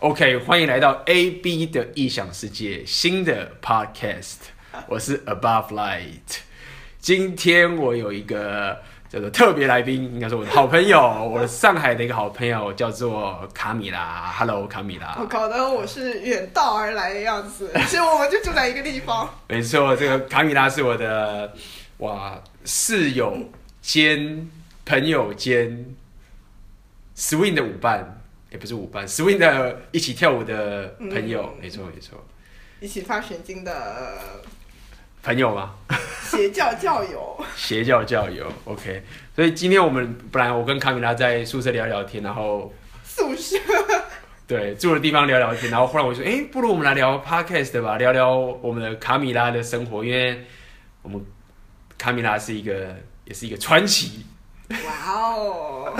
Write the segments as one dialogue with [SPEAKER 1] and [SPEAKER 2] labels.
[SPEAKER 1] OK，欢迎来到 AB 的异想世界新的 Podcast，我是 Above Light。今天我有一个叫做特别来宾，应该是我的好朋友，我上海的一个好朋友叫做卡米拉。Hello，卡米拉
[SPEAKER 2] 我。搞得我是远道而来的样 子，其实我们就住在一个地方。
[SPEAKER 1] 没错，这个卡米拉是我的哇室友兼朋友兼 swing 的舞伴，也不是舞伴，swing 的一起跳舞的朋友。没错，没错，
[SPEAKER 2] 一起发神经的
[SPEAKER 1] 朋友吗？
[SPEAKER 2] 邪教教 友，
[SPEAKER 1] 邪教教友，OK。所以今天我们本来我跟卡米拉在宿舍聊聊天，然后
[SPEAKER 2] 宿舍
[SPEAKER 1] 对住的地方聊聊天，然后忽然我说，哎、不如我们来聊 Podcast 吧，聊聊我们的卡米拉的生活，因为我们卡米拉是一个也是一个传奇，
[SPEAKER 2] 哇哦！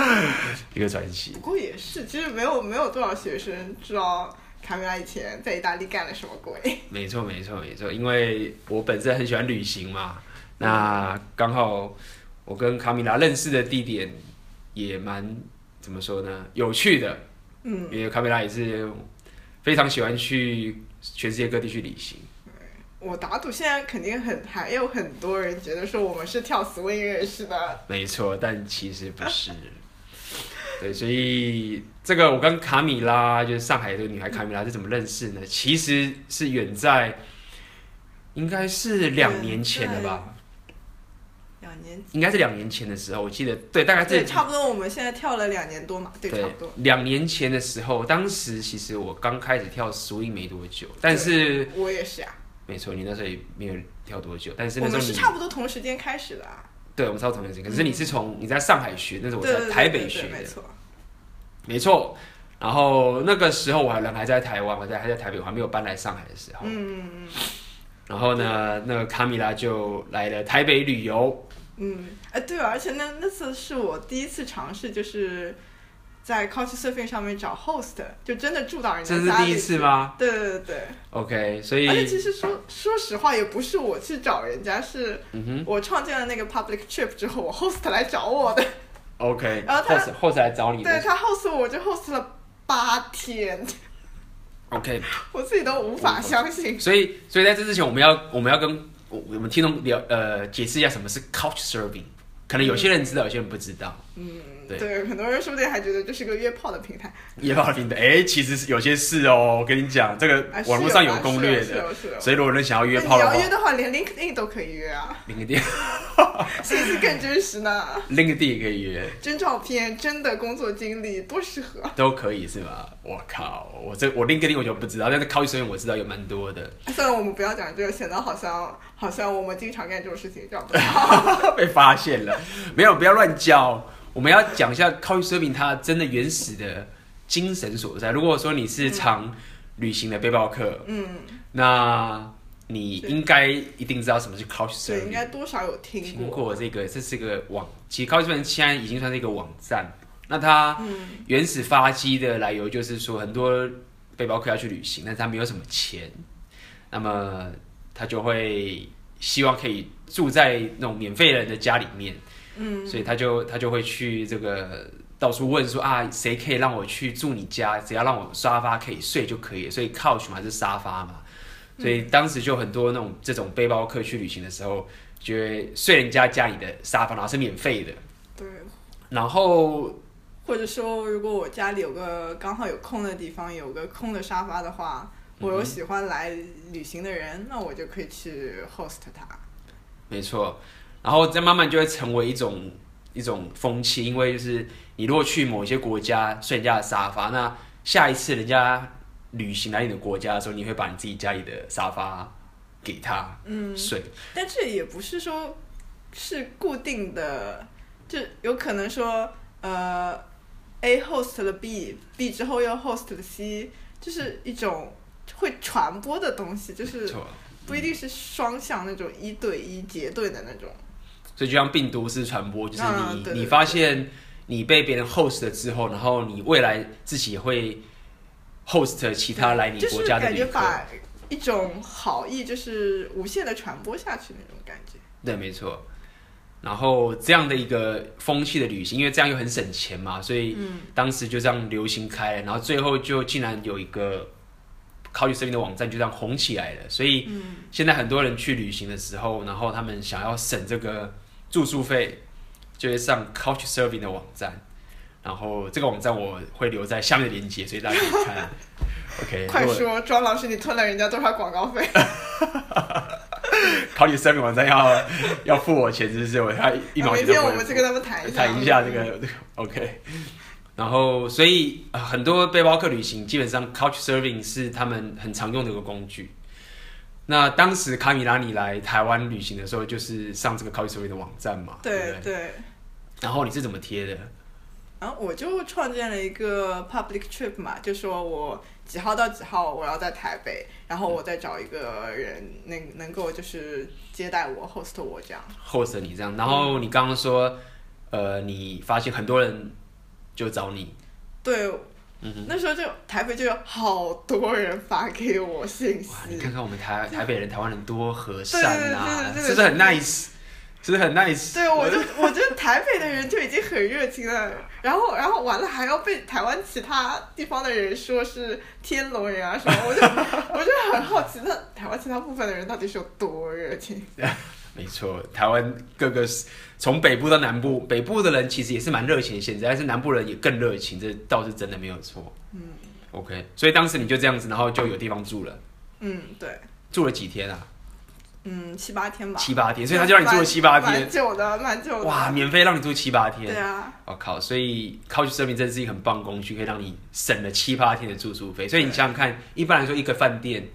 [SPEAKER 1] 一个传奇
[SPEAKER 2] 不。过也是，其实没有没有多少学生知道卡米拉以前在意大利干了什么鬼。
[SPEAKER 1] 没错，没错，没错，因为我本身很喜欢旅行嘛，那刚好我跟卡米拉认识的地点也蛮怎么说呢，有趣的，
[SPEAKER 2] 嗯，
[SPEAKER 1] 因为卡米拉也是非常喜欢去全世界各地去旅行，
[SPEAKER 2] 我打赌现在肯定很还有很多人觉得说我们是跳 swing 认识的，
[SPEAKER 1] 没错，但其实不是。对，所以这个我跟卡米拉，就是上海这个女孩卡米拉是怎么认识呢？其实是远在，应该是两年前了吧，
[SPEAKER 2] 两年
[SPEAKER 1] 应该是两年前的时候，我记得啊对，大概
[SPEAKER 2] 对，
[SPEAKER 1] 是
[SPEAKER 2] 差不多我们现在跳了两年多嘛，对，差不多。
[SPEAKER 1] 两年前的时候，当时其实我刚开始跳 swing 没多久，但是
[SPEAKER 2] 我也是啊，
[SPEAKER 1] 没错，你那时候也没有跳多久，但是
[SPEAKER 2] 我
[SPEAKER 1] 那时
[SPEAKER 2] 们
[SPEAKER 1] 候
[SPEAKER 2] 是
[SPEAKER 1] 你
[SPEAKER 2] 差不多同时间开始的啊，
[SPEAKER 1] 对，我们超同年级，可是你是从你在上海学，那是
[SPEAKER 2] 对
[SPEAKER 1] 我
[SPEAKER 2] 对对
[SPEAKER 1] 在
[SPEAKER 2] 对，
[SPEAKER 1] 台北
[SPEAKER 2] 对
[SPEAKER 1] 学
[SPEAKER 2] 没
[SPEAKER 1] 的，
[SPEAKER 2] 错。
[SPEAKER 1] 没错。然后那个时候我还人还在台湾，我在还在台北，我还没有搬来上海的时候。
[SPEAKER 2] 嗯
[SPEAKER 1] 然后呢，那个卡米拉就来了台北旅游，
[SPEAKER 2] 嗯，哎，对啊，而且那那次是我第一次尝试，就是在 Couchsurfing 上面找 host，就真的住到人
[SPEAKER 1] 这
[SPEAKER 2] 家
[SPEAKER 1] 是
[SPEAKER 2] 家里。
[SPEAKER 1] 第一次吗
[SPEAKER 2] 对对对
[SPEAKER 1] ？OK，所
[SPEAKER 2] 对，而且
[SPEAKER 1] 以
[SPEAKER 2] 其实说说实话，也不是我去找人家，是
[SPEAKER 1] 嗯哼
[SPEAKER 2] 我创建了那个 public trip 之后，我 host 来找我的，
[SPEAKER 1] 嗯，OK，
[SPEAKER 2] 然后
[SPEAKER 1] 后
[SPEAKER 2] 他
[SPEAKER 1] 后来找你
[SPEAKER 2] 对
[SPEAKER 1] 的
[SPEAKER 2] 他 host 我，我就 host 了八天，
[SPEAKER 1] ，OK，
[SPEAKER 2] 我自己都无法相信。
[SPEAKER 1] 所以，所以在这之前，我们要我们要跟我我们听众聊呃解释一下什么是 couch surfing，可能有些人知道，有些人不知道。
[SPEAKER 2] 嗯，
[SPEAKER 1] 对
[SPEAKER 2] 对，很多人说不定还觉得这是个约炮的平台，
[SPEAKER 1] 夜跑平台，哎、其实是有些事哦，我跟你讲，这个
[SPEAKER 2] 哎
[SPEAKER 1] 网络上有
[SPEAKER 2] 是有
[SPEAKER 1] 攻略
[SPEAKER 2] 是有
[SPEAKER 1] 的，
[SPEAKER 2] 是有是有哦
[SPEAKER 1] 所以如果有人想要约
[SPEAKER 2] 那
[SPEAKER 1] 炮
[SPEAKER 2] 你
[SPEAKER 1] 的
[SPEAKER 2] 要
[SPEAKER 1] 话
[SPEAKER 2] 约的话，连 LinkedIn 都可以约啊，
[SPEAKER 1] ，LinkedIn
[SPEAKER 2] 是不是更真实呢？
[SPEAKER 1] LinkedIn 也可以约，
[SPEAKER 2] 真照片、真的工作经历，多适合！
[SPEAKER 1] 都可以是吧？我靠，我这我 LinkedIn 我就不知道，但是 couch surfing 我知道有蛮多的，
[SPEAKER 2] 虽然我们不要讲这个，显得好像好像我们经常干这种事情，这样不 太好。
[SPEAKER 1] 被发现了，没有，不要乱教。我们要讲一下 couch surfing 它真的原始的精神所在。如果说你是常旅行的背包客，
[SPEAKER 2] 嗯，
[SPEAKER 1] 那你应该一定知道什么是 Couch
[SPEAKER 2] 所以应
[SPEAKER 1] Surfing，
[SPEAKER 2] 该多少有听过。
[SPEAKER 1] 听过这个，这是个网，其实 Couch Surfing 现在已经算是一个网站。那它原始发迹的来由就是说，很多背包客要去旅行，但是他没有什么钱，那么他就会希望可以住在那种免费人的家里面，嗯，所以他就他就会去这个到处问说啊，谁可以让我去住你家？只要让我沙发可以睡就可以了，所以 couch 嘛是沙发嘛，所以当时就很多那种这种背包客去旅行的时候，就会睡人家家里的沙发，然后是免费的，
[SPEAKER 2] 对，
[SPEAKER 1] 然后
[SPEAKER 2] 或者说，如果我家里有个刚好有空的地方，有个空的沙发的话，
[SPEAKER 1] 嗯
[SPEAKER 2] 我有喜欢来旅行的人，那我就可以去 host 他。
[SPEAKER 1] 没错，然后再慢慢就会成为一种一种风气，因为就是你如果去某一些国家睡人家的沙发，那下一次人家旅行来你的国家的时候，你会把你自己家里的沙发给他
[SPEAKER 2] 嗯，
[SPEAKER 1] 睡，
[SPEAKER 2] 但这也不是说是固定的，就有可能说，呃，A host 了 B，B 之后又 host 了 C，就是一种会传播的东西，就
[SPEAKER 1] 没
[SPEAKER 2] 是
[SPEAKER 1] 错。
[SPEAKER 2] 不一定是双向那种一对一结对的那种。
[SPEAKER 1] 所以就像病毒式传播，就是你、
[SPEAKER 2] 啊对对
[SPEAKER 1] 你
[SPEAKER 2] 对
[SPEAKER 1] 发现你被别人 host 了之后，然后你未来自己也会 host 其他来你
[SPEAKER 2] 就是
[SPEAKER 1] 国家的
[SPEAKER 2] 感
[SPEAKER 1] 旅
[SPEAKER 2] 觉
[SPEAKER 1] 客。
[SPEAKER 2] 把一种好意就是无限的传播下去那种感觉。
[SPEAKER 1] 对，没错。然后这样的一个风气的旅行，因为这样又很省钱嘛，所以
[SPEAKER 2] 嗯
[SPEAKER 1] 当时就这样流行开了，然后最后就竟然有一个 Couchsurfing 的网站就这样红起来了，所以
[SPEAKER 2] 嗯
[SPEAKER 1] 现在很多人去旅行的时候，然后他们想要省这个住宿费，就会上 Couchsurfing 的网站，然后这个网站我会留在下面的链接，所以大家可以看。OK，
[SPEAKER 2] 快
[SPEAKER 1] 如果
[SPEAKER 2] 说，庄老师，你吞了人家多少广告费？
[SPEAKER 1] Couchsurfing 网站要 要付我钱，是不是？我他一毛
[SPEAKER 2] 明
[SPEAKER 1] 钱都
[SPEAKER 2] 啊天
[SPEAKER 1] 不
[SPEAKER 2] 我
[SPEAKER 1] 会
[SPEAKER 2] 们
[SPEAKER 1] 付
[SPEAKER 2] 去跟他们谈一下。
[SPEAKER 1] 谈一下这个 OK。然后，所以、呃很多背包客旅行基本上 Couch Surfing 是他们很常用的一个工具。那当时卡米拉你来台湾旅行的时候，就是上这个 Couch Surfing 的网站嘛，对不
[SPEAKER 2] 对
[SPEAKER 1] 对？
[SPEAKER 2] 对。
[SPEAKER 1] 然后你是怎么贴的？
[SPEAKER 2] 然后我就创建了一个 public trip 嘛，就说我几号到几号我要在台北，然后我再找一个人能能够就是接待我 host 我这样。
[SPEAKER 1] host 你这样，然后你刚刚说，呃，你发现很多人就找你，
[SPEAKER 2] 对，
[SPEAKER 1] 嗯
[SPEAKER 2] 那时候就台北就有好多人发给我信
[SPEAKER 1] 哇，你
[SPEAKER 2] 息，
[SPEAKER 1] 看看我们台台北人、台湾人多和善啊，
[SPEAKER 2] 对对对对对
[SPEAKER 1] 是不是很 nice？是不是很 nice？
[SPEAKER 2] 对我就我觉得台北的人就已经很热情了，然后然后完了还要被台湾其他地方的人说是天龙人啊什么，我就我就很好奇，那台湾其他部分的人到底是有多热情？
[SPEAKER 1] 没错，台湾各个从北部到南部，北部的人其实也是蛮热情的现在，但是南部人也更热情，这倒是真的没有错。嗯，OK，所以当时你就这样子，然后就有地方住了，
[SPEAKER 2] 嗯，对，
[SPEAKER 1] 住了几天啊？
[SPEAKER 2] 嗯，七八天吧。
[SPEAKER 1] 七八天，所以他就让你住了七八
[SPEAKER 2] 蛮
[SPEAKER 1] 天
[SPEAKER 2] 蛮，久的，蛮久的。
[SPEAKER 1] 哇，，免费让你住七八
[SPEAKER 2] 对
[SPEAKER 1] 天，
[SPEAKER 2] 啊，
[SPEAKER 1] 我、靠！所以 Couchsurfing 真是一个很棒的工具，可以让你省了七八天的住宿费。所以你想想看，一般来说一个饭店，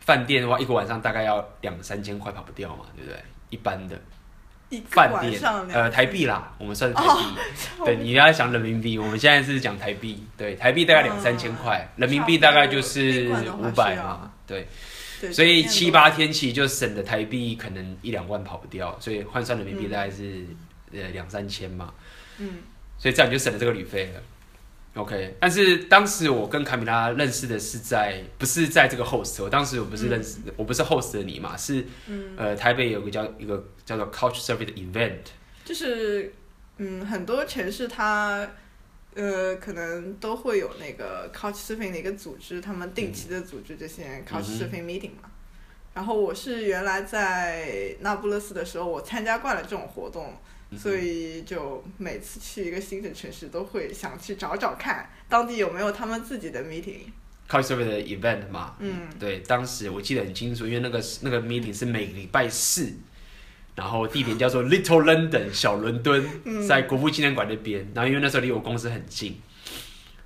[SPEAKER 1] 饭店的话一个晚上大概要两三千块跑不掉嘛，对不对？一般的。
[SPEAKER 2] 一个
[SPEAKER 1] 饭
[SPEAKER 2] 晚
[SPEAKER 1] 店
[SPEAKER 2] 上，两
[SPEAKER 1] 呃，台币啦，我们算台币。
[SPEAKER 2] 哦
[SPEAKER 1] 对，你要想人民币，我们现在是讲台币，对，台币大概
[SPEAKER 2] 哦
[SPEAKER 1] 两三千块，人民币大概就是
[SPEAKER 2] 差不多
[SPEAKER 1] 五
[SPEAKER 2] 一
[SPEAKER 1] 百
[SPEAKER 2] 罐的话
[SPEAKER 1] 嘛，对，
[SPEAKER 2] 对
[SPEAKER 1] 所以
[SPEAKER 2] 酒店
[SPEAKER 1] 七
[SPEAKER 2] 多
[SPEAKER 1] 八天起就省的台币可能一两万跑不掉，所以换算人民币大概是、呃两三千嘛，
[SPEAKER 2] 嗯，
[SPEAKER 1] 所以这样你就省了这个旅费了。OK，但是当时我跟卡米拉认识的是在不是在这个 host，我当时我不是认识，
[SPEAKER 2] 嗯
[SPEAKER 1] 我不是 host 的你嘛，是、呃台北有个叫一个叫做 Couch Survey 的 event，
[SPEAKER 2] 就是嗯，很多城市它呃可能都会有那个 Couchsurfing 的一个组织，他们定
[SPEAKER 1] 嗯
[SPEAKER 2] 期的组织这些 Couchsurfing meeting 嘛。然后我是原来在那不勒斯的时候，我参加惯了这种活动，
[SPEAKER 1] 嗯
[SPEAKER 2] 所以就每次去一个新的城市，都会想去找找看当地有没有他们自己的 meeting。
[SPEAKER 1] Couchsurfing 的 event 嘛，
[SPEAKER 2] 嗯，
[SPEAKER 1] 对，当时我记得很清楚，因为那个那个 meeting 是每个礼拜四，然后地点叫做 Little London 小伦敦，
[SPEAKER 2] 嗯
[SPEAKER 1] 在国父纪念馆那边。然后因为那时候离我公司很近，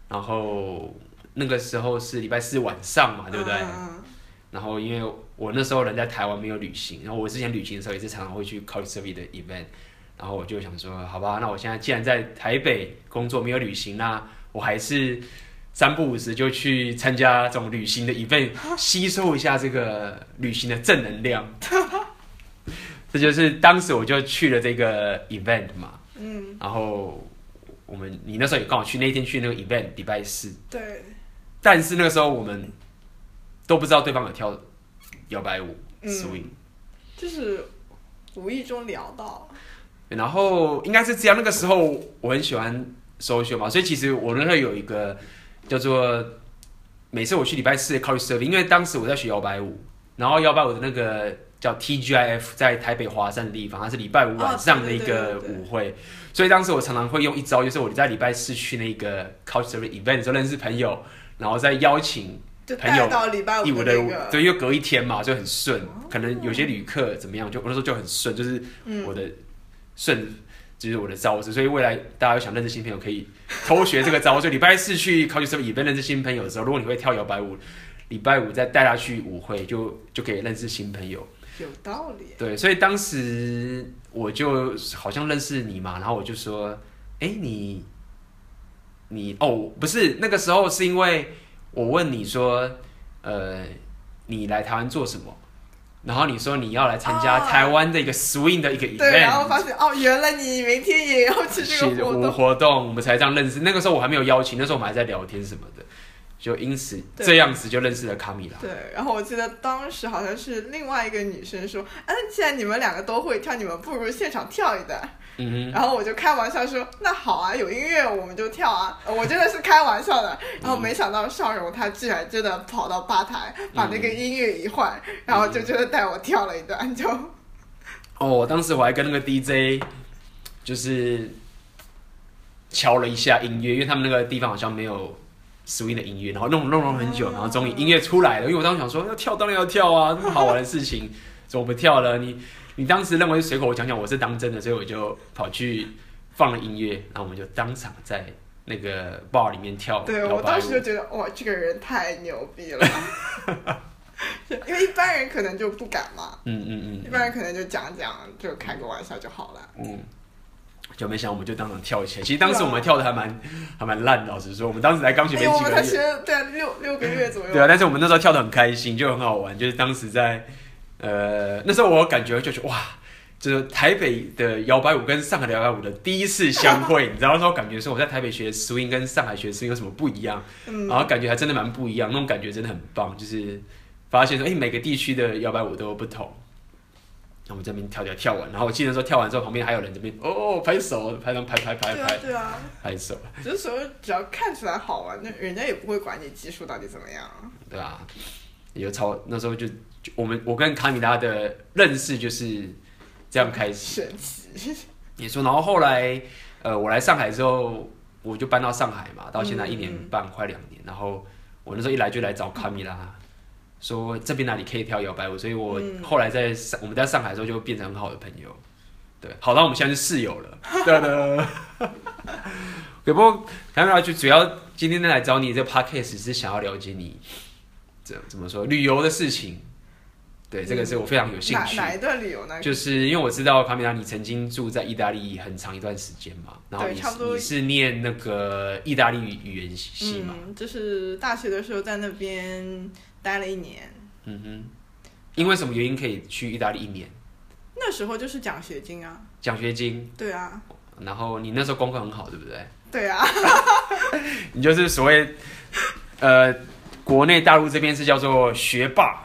[SPEAKER 1] 然后那个时候是礼拜四晚上啊嘛，对不对？
[SPEAKER 2] 嗯
[SPEAKER 1] 然后因为我那时候人在台湾没有旅行，然后我之前旅行的时候也是常常会去 Couchsurfing 的 event，然后我就想说，好吧，那我现在既然在台北工作没有旅行，那我还是三不五时就去参加这种旅行的 event，吸收一下这个旅行的正能量。 这就是当时我就去了这个 event 嘛，
[SPEAKER 2] 嗯，
[SPEAKER 1] 然后我们你那时候也刚好去，那一天去那个 event 礼拜四，
[SPEAKER 2] 对，
[SPEAKER 1] 但是那个时候我们都不知道对方有跳摇摆舞
[SPEAKER 2] 嗯
[SPEAKER 1] swing，、
[SPEAKER 2] 就是无意中聊到，
[SPEAKER 1] 然后应该是这样。那个时候我很喜欢 social 嘛，所以其实我那时候有一个叫做每次我去礼拜四的 college serving，因为当时我在学摇摆舞，然后摇摆舞的那个叫 TGIF 在台北华山的地方，它是礼拜五晚上的一个
[SPEAKER 2] 哦对对对对对
[SPEAKER 1] 舞会，所以当时我常常会用一招，就是我在礼拜四去那个 college serving event 的时候认识朋友，然后再邀请。
[SPEAKER 2] 就
[SPEAKER 1] 朋友
[SPEAKER 2] 带到礼拜
[SPEAKER 1] 一五
[SPEAKER 2] 五的
[SPEAKER 1] 的
[SPEAKER 2] 那个，
[SPEAKER 1] 对，又隔一天嘛，就很顺。可能有些旅客怎么样，就我那时候就很顺，就是
[SPEAKER 2] 嗯
[SPEAKER 1] 我的顺，就是我的招式。所以未来大家想认识新朋友，可以偷学这个 招。所以礼拜四去 c o u c h s u r f 也被认识新朋友的时候，如果你会跳摇摆舞，礼拜五再带他去舞会，就就可以认识新朋友。
[SPEAKER 2] 有道理。
[SPEAKER 1] 对，所以当时我就好像认识你嘛，然后我就说，哎、你，你哦，不是那个时候是因为我问你说，呃，你来台湾做什么？然后你说你要来参加
[SPEAKER 2] 哦
[SPEAKER 1] 台湾的一个 swing 的一个 event，、
[SPEAKER 2] 对，然后发现哦，原来你明天也要去这
[SPEAKER 1] 是
[SPEAKER 2] 个活
[SPEAKER 1] 我们
[SPEAKER 2] 动。
[SPEAKER 1] 活动，我们才这样认识。那个时候我还没有邀请，那时候我们还在聊天什么的，就因此
[SPEAKER 2] 对
[SPEAKER 1] 这样子就认识了卡米拉。
[SPEAKER 2] 对，然后我记得当时好像是另外一个女生说：“哎、既然你们两个都会跳，你们不如现场跳一段。”
[SPEAKER 1] 嗯哼，
[SPEAKER 2] 然后我就开玩笑说：“那好啊，有音乐我们就跳啊。”我真的是开玩笑的。然后没想到尚荣他居然真的跑到吧台，把那个音乐一换，
[SPEAKER 1] 嗯
[SPEAKER 2] 然后就真的带我跳了一段，就
[SPEAKER 1] 哦，当时我还跟那个 DJ 就是敲了一下音乐，因为他们那个地方好像没有 swing 的音乐，然后弄弄弄很
[SPEAKER 2] 嗯
[SPEAKER 1] 久，然后终于音乐出来了。因为我当时想说要跳当然要跳啊，这么好玩的事情， 怎么不跳了？你你当时认为是随口我讲讲，我是当真的，所以我就跑去放了音乐，然后我们就当场在那个 bar 里面跳
[SPEAKER 2] 对
[SPEAKER 1] 摇
[SPEAKER 2] 我
[SPEAKER 1] 摆
[SPEAKER 2] 当时就
[SPEAKER 1] 舞。
[SPEAKER 2] 觉得哇，这个人太牛 逼了。因为一般人可能就不敢嘛，
[SPEAKER 1] 嗯嗯
[SPEAKER 2] 一
[SPEAKER 1] 嗯
[SPEAKER 2] 般人可能就讲讲，就开个玩笑就好了。
[SPEAKER 1] 嗯，就没想到我们就当场跳起来。其实当时我们跳的还蛮还蛮烂的，老实说，我们当时才刚学
[SPEAKER 2] 因
[SPEAKER 1] 没
[SPEAKER 2] 为啊哎我
[SPEAKER 1] 几个
[SPEAKER 2] 们才
[SPEAKER 1] 月。
[SPEAKER 2] 学对啊六六个月左右，
[SPEAKER 1] 对啊，但是我们那时候跳的很开心，就很好玩。就是当时在，呃，那时候我感觉就是哇，就是台北的摇摆舞跟上海的摇摆舞的第一次相 会，你知道那时候感觉说我在台北学 swing 跟上海学 swing 有什么不一样，
[SPEAKER 2] 嗯
[SPEAKER 1] 然后感觉还真的蛮不一样，那种感觉真的很棒，就是发现说，哎、每个地区的摇摆舞都不同。那我们这边跳跳跳完，然后我记得说跳完之后，旁边还有人这边哦拍手，拍拍拍拍
[SPEAKER 2] 对啊
[SPEAKER 1] 拍
[SPEAKER 2] 对啊，
[SPEAKER 1] 拍手。
[SPEAKER 2] 有时候只要看起来好玩，那人家也不会管你技术到底怎么样。
[SPEAKER 1] 对啊，有超那时候就就我们我跟卡米拉的认识就是这样开始。
[SPEAKER 2] 神奇，
[SPEAKER 1] 你说，然后后来呃，我来上海之后，我就搬到上海嘛，到现在一年半、快两年。然后我那时候一来就来找卡米拉，说这边哪里可以跳摇摆舞，所以我后来在上、我们在上海的时候就变成很好的朋友。对，好到我们现在是室友了。对的。 对，不过卡米拉就主要今天来找你这 podcast 是想要了解你怎怎么说旅游的事情。对，这个是我非常有兴
[SPEAKER 2] 哪
[SPEAKER 1] 趣。
[SPEAKER 2] 哪一段旅游呢？
[SPEAKER 1] 就是因为我知道卡米拉，你曾经住在意大利很长一段时间嘛，然后
[SPEAKER 2] 对
[SPEAKER 1] 你
[SPEAKER 2] 差
[SPEAKER 1] 是
[SPEAKER 2] 不多
[SPEAKER 1] 你是念那个意大利语言系嘛，
[SPEAKER 2] 嗯，就是大学的时候在那边待了一年，
[SPEAKER 1] 嗯哼，因为什么原因可以去意大利一年？
[SPEAKER 2] 那时候就是奖学金啊，
[SPEAKER 1] 奖学金，
[SPEAKER 2] 对啊，
[SPEAKER 1] 然后你那时候功课很好，对不对？
[SPEAKER 2] 对啊，
[SPEAKER 1] 你就是所谓，呃，国内大陆这边是叫做学霸，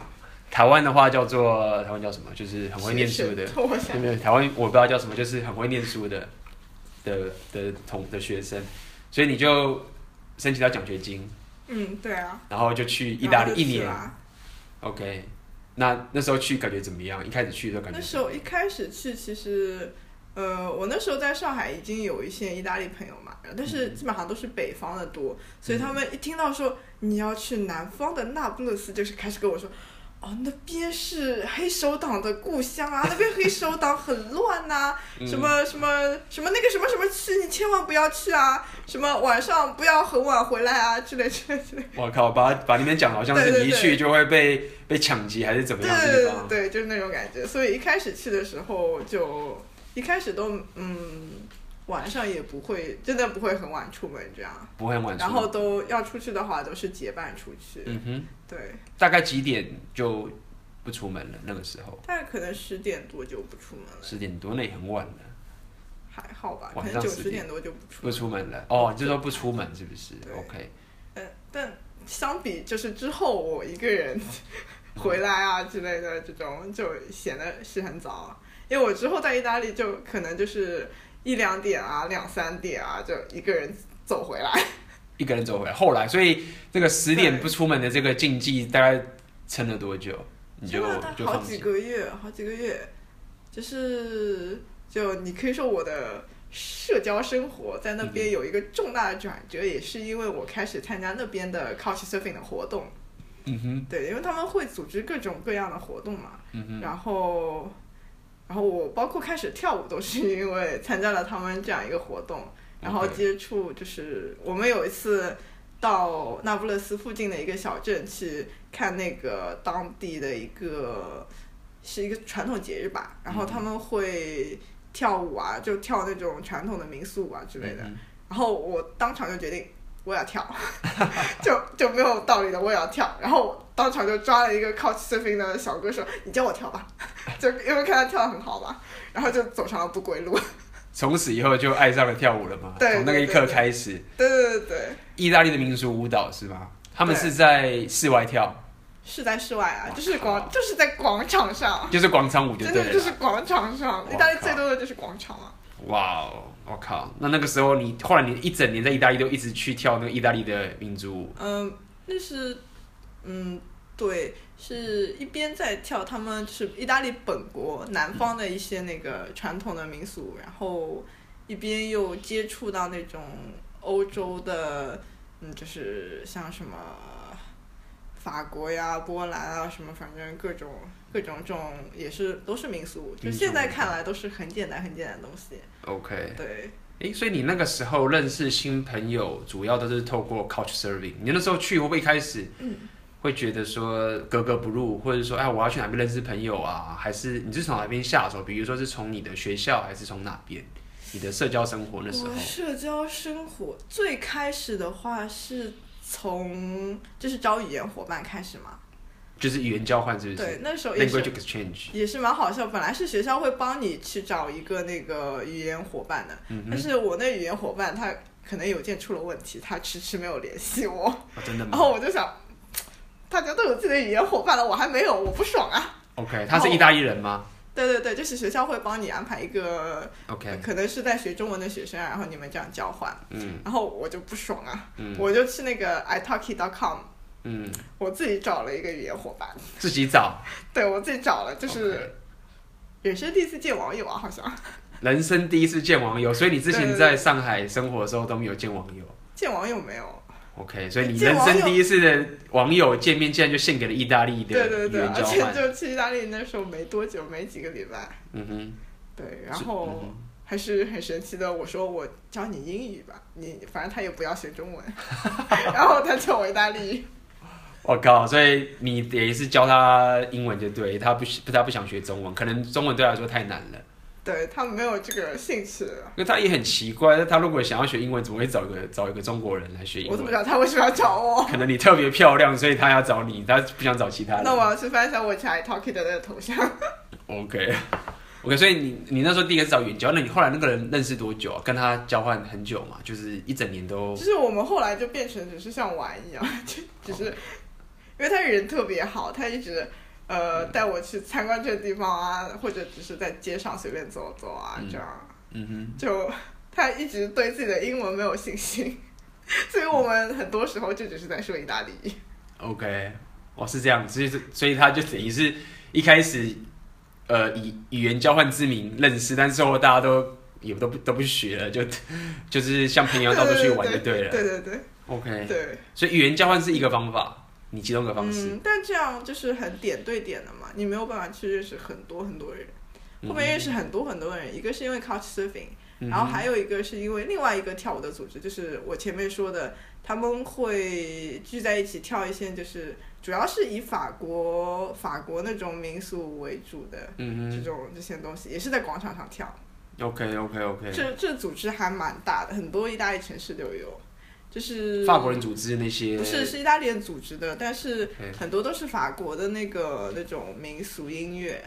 [SPEAKER 1] 台湾的话叫做台湾叫什么？就是很会念书的
[SPEAKER 2] 学，生我想
[SPEAKER 1] 没有台湾我不知道叫什么，就是很会念书的的的同的学生，所以你就申请到奖学金。
[SPEAKER 2] 嗯，对啊，
[SPEAKER 1] 然后就去意大利一年
[SPEAKER 2] 然。后就去啊了
[SPEAKER 1] OK，那那时候去感觉怎么样？一开始去的时候感觉
[SPEAKER 2] 那时候一开始去，其实，呃，我那时候在上海已经有一些意大利朋友嘛，但
[SPEAKER 1] 嗯
[SPEAKER 2] 是基本上都是北方的多，所以他们一听到说你要去南方的那不勒斯，就是开始跟我说。哦，那边是黑手党的故乡啊，那边黑手党很乱呐、
[SPEAKER 1] 嗯
[SPEAKER 2] 什么什么什么那个什么什么区，你千万不要去啊，什么晚上不要很晚回来啊，之类之类之类。
[SPEAKER 1] 我靠，把把那边讲得好像是
[SPEAKER 2] 对对
[SPEAKER 1] 你一
[SPEAKER 2] 对
[SPEAKER 1] 去就会被被抢劫还是怎么
[SPEAKER 2] 对
[SPEAKER 1] 样的地
[SPEAKER 2] 对
[SPEAKER 1] 方？
[SPEAKER 2] 对，就是那种感觉。所以一开始去的时候就一开始都嗯，晚上也不会，真的不会很晚出门这样。
[SPEAKER 1] 不会很晚出。
[SPEAKER 2] 然后都要出去的话，都是结伴出去。
[SPEAKER 1] 嗯哼，
[SPEAKER 2] 对，
[SPEAKER 1] 大概几点就不出门了？那个时候
[SPEAKER 2] 但可能十点多就不出门了，
[SPEAKER 1] 十点多，那也很晚了，
[SPEAKER 2] 还好吧？可
[SPEAKER 1] 晚
[SPEAKER 2] 能
[SPEAKER 1] 上
[SPEAKER 2] 九
[SPEAKER 1] 10
[SPEAKER 2] 十点多就不出
[SPEAKER 1] 不
[SPEAKER 2] 门。
[SPEAKER 1] 出门了。哦，你就说不出门是不是
[SPEAKER 2] 对
[SPEAKER 1] ？OK，
[SPEAKER 2] 嗯，但相比就是之后我一个人回来啊之类的这种，就显得是很早。啊因为我之后在意大利就可能就是一两点啊、两三点啊，就一个人走回来。
[SPEAKER 1] 一个人走回来。后来，所以这个十点不出门的这个禁忌大概撑了多久？你就
[SPEAKER 2] 真的大
[SPEAKER 1] 就
[SPEAKER 2] 好
[SPEAKER 1] 放
[SPEAKER 2] 几
[SPEAKER 1] 弃。
[SPEAKER 2] 个月，好几个月，就是就你可以说我的社交生活在那
[SPEAKER 1] 嗯
[SPEAKER 2] 边有一个重大的转折，也是因为我开始参加那边的 couch surfing 的活动。
[SPEAKER 1] 嗯哼，
[SPEAKER 2] 对，因为他们会组织各种各样的活动嘛，
[SPEAKER 1] 嗯哼，
[SPEAKER 2] 然后，然后我包括开始跳舞都是因为参加了他们这样一个活动，然后
[SPEAKER 1] OK
[SPEAKER 2] 接触就是我们有一次到那不勒斯附近的一个小镇去看那个当地的一个是一个传统节日吧，然后
[SPEAKER 1] 嗯
[SPEAKER 2] 他们会跳舞啊，就跳那种传统的民俗舞啊之类的，
[SPEAKER 1] 嗯哼
[SPEAKER 2] 然后我当场就决定我要跳， 就就没有道理的我也要跳。然后我当场就抓了一个 couch surfing 的小哥说：“你教我跳吧。” 就因为看他跳的很好嘛，然后就走上了不归路。
[SPEAKER 1] 从此以后就爱上了跳舞了嘛？
[SPEAKER 2] 对
[SPEAKER 1] 从那个一
[SPEAKER 2] 对
[SPEAKER 1] 刻
[SPEAKER 2] 对
[SPEAKER 1] 开始，
[SPEAKER 2] 对对对对，
[SPEAKER 1] 意大利的民俗舞蹈是吗？他们是在室外跳，
[SPEAKER 2] 是在室外啊
[SPEAKER 1] 哇，
[SPEAKER 2] 就是
[SPEAKER 1] 靠
[SPEAKER 2] 广，就是在广场上，
[SPEAKER 1] 就是广场舞就
[SPEAKER 2] 啊真
[SPEAKER 1] 对
[SPEAKER 2] 的就
[SPEAKER 1] 了
[SPEAKER 2] 是
[SPEAKER 1] 啦。
[SPEAKER 2] 广场上
[SPEAKER 1] 啊哇，
[SPEAKER 2] 意大利
[SPEAKER 1] 靠
[SPEAKER 2] 最多的就是广场啊嘛。
[SPEAKER 1] 哇哦，我靠！那那个时候你后来你一整年在意大利都一直去跳那个意大利的民族舞，
[SPEAKER 2] 嗯，那是，嗯，对，是一边在跳他们就是意大利本国南
[SPEAKER 1] 嗯
[SPEAKER 2] 方的一些那个传统的民俗，然后一边又接触到那种欧洲的，嗯，就是像什么法国呀、波兰啊什么，反正各种各种这种也是都是民俗，就
[SPEAKER 1] 民
[SPEAKER 2] 现
[SPEAKER 1] 族
[SPEAKER 2] 在
[SPEAKER 1] 文
[SPEAKER 2] 看来都是很简单很简单的东西，
[SPEAKER 1] OK，
[SPEAKER 2] 对。
[SPEAKER 1] 诶，所以你那个时候认识新朋友，主要都是透过 Couch Serving。你那时候去会不会一开始
[SPEAKER 2] 嗯
[SPEAKER 1] 会觉得说格格不入，或者说哎，我要去哪边认识朋友啊？还是你是从哪边下手？比如说是从你的学校，还是从哪边？你的社交生活那时候
[SPEAKER 2] 我社交生活最开始的话是从就是招语言伙伴开始嘛，
[SPEAKER 1] 就是语言交换，是不
[SPEAKER 2] 对
[SPEAKER 1] 是，
[SPEAKER 2] 那时候也
[SPEAKER 1] ？Language
[SPEAKER 2] 是
[SPEAKER 1] exchange。
[SPEAKER 2] 也是蛮好笑。本来是学校会帮你去找一个那个语言伙伴的，
[SPEAKER 1] 嗯
[SPEAKER 2] 但
[SPEAKER 1] 哼，
[SPEAKER 2] 是我那语言伙伴他可能邮件出了问题，他迟迟没有联系我，
[SPEAKER 1] 哦真的
[SPEAKER 2] 然
[SPEAKER 1] 吗
[SPEAKER 2] 后我就想。大家都有自己的语言伙伴了，我还没有，我不爽啊！
[SPEAKER 1] ？OK，他是意大利人吗
[SPEAKER 2] 对对对，就是学校会帮你安排一个，
[SPEAKER 1] ？OK，
[SPEAKER 2] 可能是在学中文的学生，啊然后你们这样交换，
[SPEAKER 1] 嗯
[SPEAKER 2] 然后我就不爽啊，
[SPEAKER 1] 嗯
[SPEAKER 2] 我就去那个 italki.com，
[SPEAKER 1] 嗯，
[SPEAKER 2] 我自己找了一个语言伙伴，
[SPEAKER 1] 自己找，
[SPEAKER 2] 对我自己找了，就
[SPEAKER 1] OK
[SPEAKER 2] 是人生第一次见网友啊，好像
[SPEAKER 1] 人生第一次见网友，所以你之
[SPEAKER 2] 对
[SPEAKER 1] 前
[SPEAKER 2] 对
[SPEAKER 1] 在上海生活的时候都没有见网友。
[SPEAKER 2] 见网友没有，
[SPEAKER 1] OK，所以你
[SPEAKER 2] 见
[SPEAKER 1] 人
[SPEAKER 2] 网友
[SPEAKER 1] 生第一次的网友见面，竟然就献给了意大利的
[SPEAKER 2] 对对
[SPEAKER 1] 语
[SPEAKER 2] 对，
[SPEAKER 1] 言
[SPEAKER 2] 而
[SPEAKER 1] 交
[SPEAKER 2] 且
[SPEAKER 1] 换。
[SPEAKER 2] 就去意大利那时候没多久，没几个礼拜，
[SPEAKER 1] 嗯哼，
[SPEAKER 2] 对，然
[SPEAKER 1] 是
[SPEAKER 2] 后
[SPEAKER 1] 嗯
[SPEAKER 2] 还是很神奇的，我说我教你英语吧，你反正他也不要学 中文，然后他教我意大利语，
[SPEAKER 1] 我靠！所以你也是教他英文就对，他不喜不他不想学中文，可能中文对他来说太难了。
[SPEAKER 2] 对他没有这个兴趣。
[SPEAKER 1] 因为他也很奇怪，他如果想要学英文，怎么会找一个找一个中国人来学英
[SPEAKER 2] 我怎么知
[SPEAKER 1] 文？
[SPEAKER 2] 道他为什么要找我？
[SPEAKER 1] 可能你特别漂亮，所以他要找你，他不想找其他人。
[SPEAKER 2] 那我要去翻一下我以前 italki 的那个头像。
[SPEAKER 1] OK OK，所以你你那时候第一个是找远交，那你后来那个人认识多久啊？跟他交换很久嘛，就是一整年都
[SPEAKER 2] 就是我们后来就变成只是像玩一样， 就只是，因为他人特别好，他一直呃
[SPEAKER 1] 嗯
[SPEAKER 2] 带我去参观这个地方啊，或者只是在街上随便走走啊，
[SPEAKER 1] 嗯
[SPEAKER 2] 这样
[SPEAKER 1] 嗯哼。
[SPEAKER 2] 就他一直对自己的英文没有信心， 所以我们很多时候就只是在说意大利语。
[SPEAKER 1] OK，哦，是这样，所以所以他就等于是一开始，呃，以语言交换之名认识，但是后大家都也都不都不学了，就就是像平常到处去玩就对了。
[SPEAKER 2] 对对对
[SPEAKER 1] OK，
[SPEAKER 2] 对，
[SPEAKER 1] 所以语言交换是一个方法，你其中一个方式。
[SPEAKER 2] 嗯，但这样就是很点对点的嘛，你没有办法去认识很多很多人。后面认识很多很多人，一个是因为 Couch Surfing，、
[SPEAKER 1] 嗯嗯哼
[SPEAKER 2] 然后还有一个是因为另外一个跳舞的组织，就是我前面说的，他们会聚在一起跳一些，就是主要是以法国法国那种民俗为主的这
[SPEAKER 1] 嗯
[SPEAKER 2] 种这些东西，也是在广场上跳。
[SPEAKER 1] 哼，OK OK OK，
[SPEAKER 2] 这这组织还蛮大的，很多意大利城市都有，就是
[SPEAKER 1] 法国人组织那些
[SPEAKER 2] 不是是意大利人组织的，但是
[SPEAKER 1] OK
[SPEAKER 2] 很多都是法国的那个那种民俗音乐。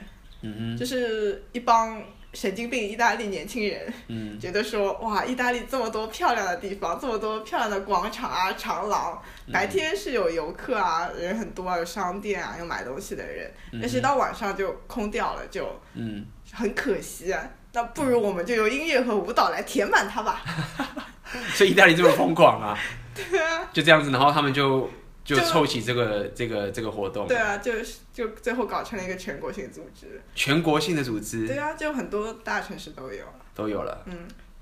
[SPEAKER 1] 嗯
[SPEAKER 2] 就是一帮神经病意大利年轻人
[SPEAKER 1] 哼，嗯
[SPEAKER 2] 觉得说，哇，意大利这么多漂亮的地方，这么多漂亮的广场啊、长廊，
[SPEAKER 1] 嗯
[SPEAKER 2] 白天是有游客啊，人很多啊，有商店啊，有买东西的人，但是到晚上就空掉了，就
[SPEAKER 1] 嗯，
[SPEAKER 2] 很可惜啊。那不如我们就用音乐和舞蹈来填满它吧。
[SPEAKER 1] 所以意大利这么疯狂啊，
[SPEAKER 2] 对啊，
[SPEAKER 1] 就这样子，然后他们就就
[SPEAKER 2] 就
[SPEAKER 1] 凑齐这个这个这个活动，
[SPEAKER 2] 对啊，就是就最后搞成了一个全国性组织。
[SPEAKER 1] 全国性的组织
[SPEAKER 2] 对啊，就很多大城市都有。
[SPEAKER 1] 都有了，
[SPEAKER 2] 嗯，